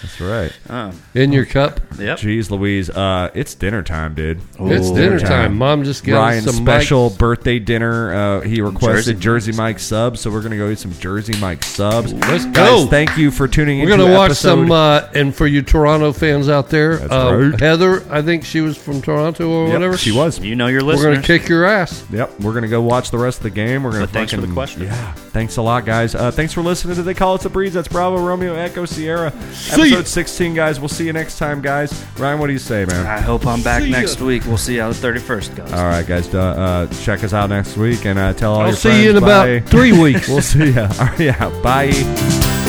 A: That's right.
C: In your cup.
H: Yep.
A: Jeez Louise, uh, it's dinner time, dude.
C: it's dinner time. Mom just got us
A: Ryan's
C: some
A: special
C: Mike's-
A: birthday dinner. Uh, he requested Jersey,
H: Jersey
A: Mike subs, so we're gonna go eat some Jersey Mike subs.
C: Let's
A: Guys,
C: go.
A: thank you for tuning in.
C: We're gonna watch some, uh, and for you Toronto fans out there, uh,
A: right.
C: Heather, I think she was from Toronto or whatever.
A: She was.
H: You know your
C: We're
H: listeners.
C: gonna kick your ass.
A: Yep, we're gonna go watch the rest of the game. We're gonna.
H: But thanks for
A: fucking-
H: the question.
A: Yeah, thanks a lot, guys. Uh, thanks for listening to They Call It the Breeze. That's Bravo Romeo Echo Sierra,
C: ya.
A: episode sixteen, guys. We'll see you next time, guys. Ryan, what do you say, man?
H: I hope I'm back
C: See ya.
H: next week. We'll see you on the 31st, guys.
A: All right, guys. Uh, uh, check us out next week, and uh, tell all
C: I'll
A: your
C: see
A: friends.
C: you in
A: Bye.
C: about three weeks.
A: we'll see ya. All right, yeah. Bye.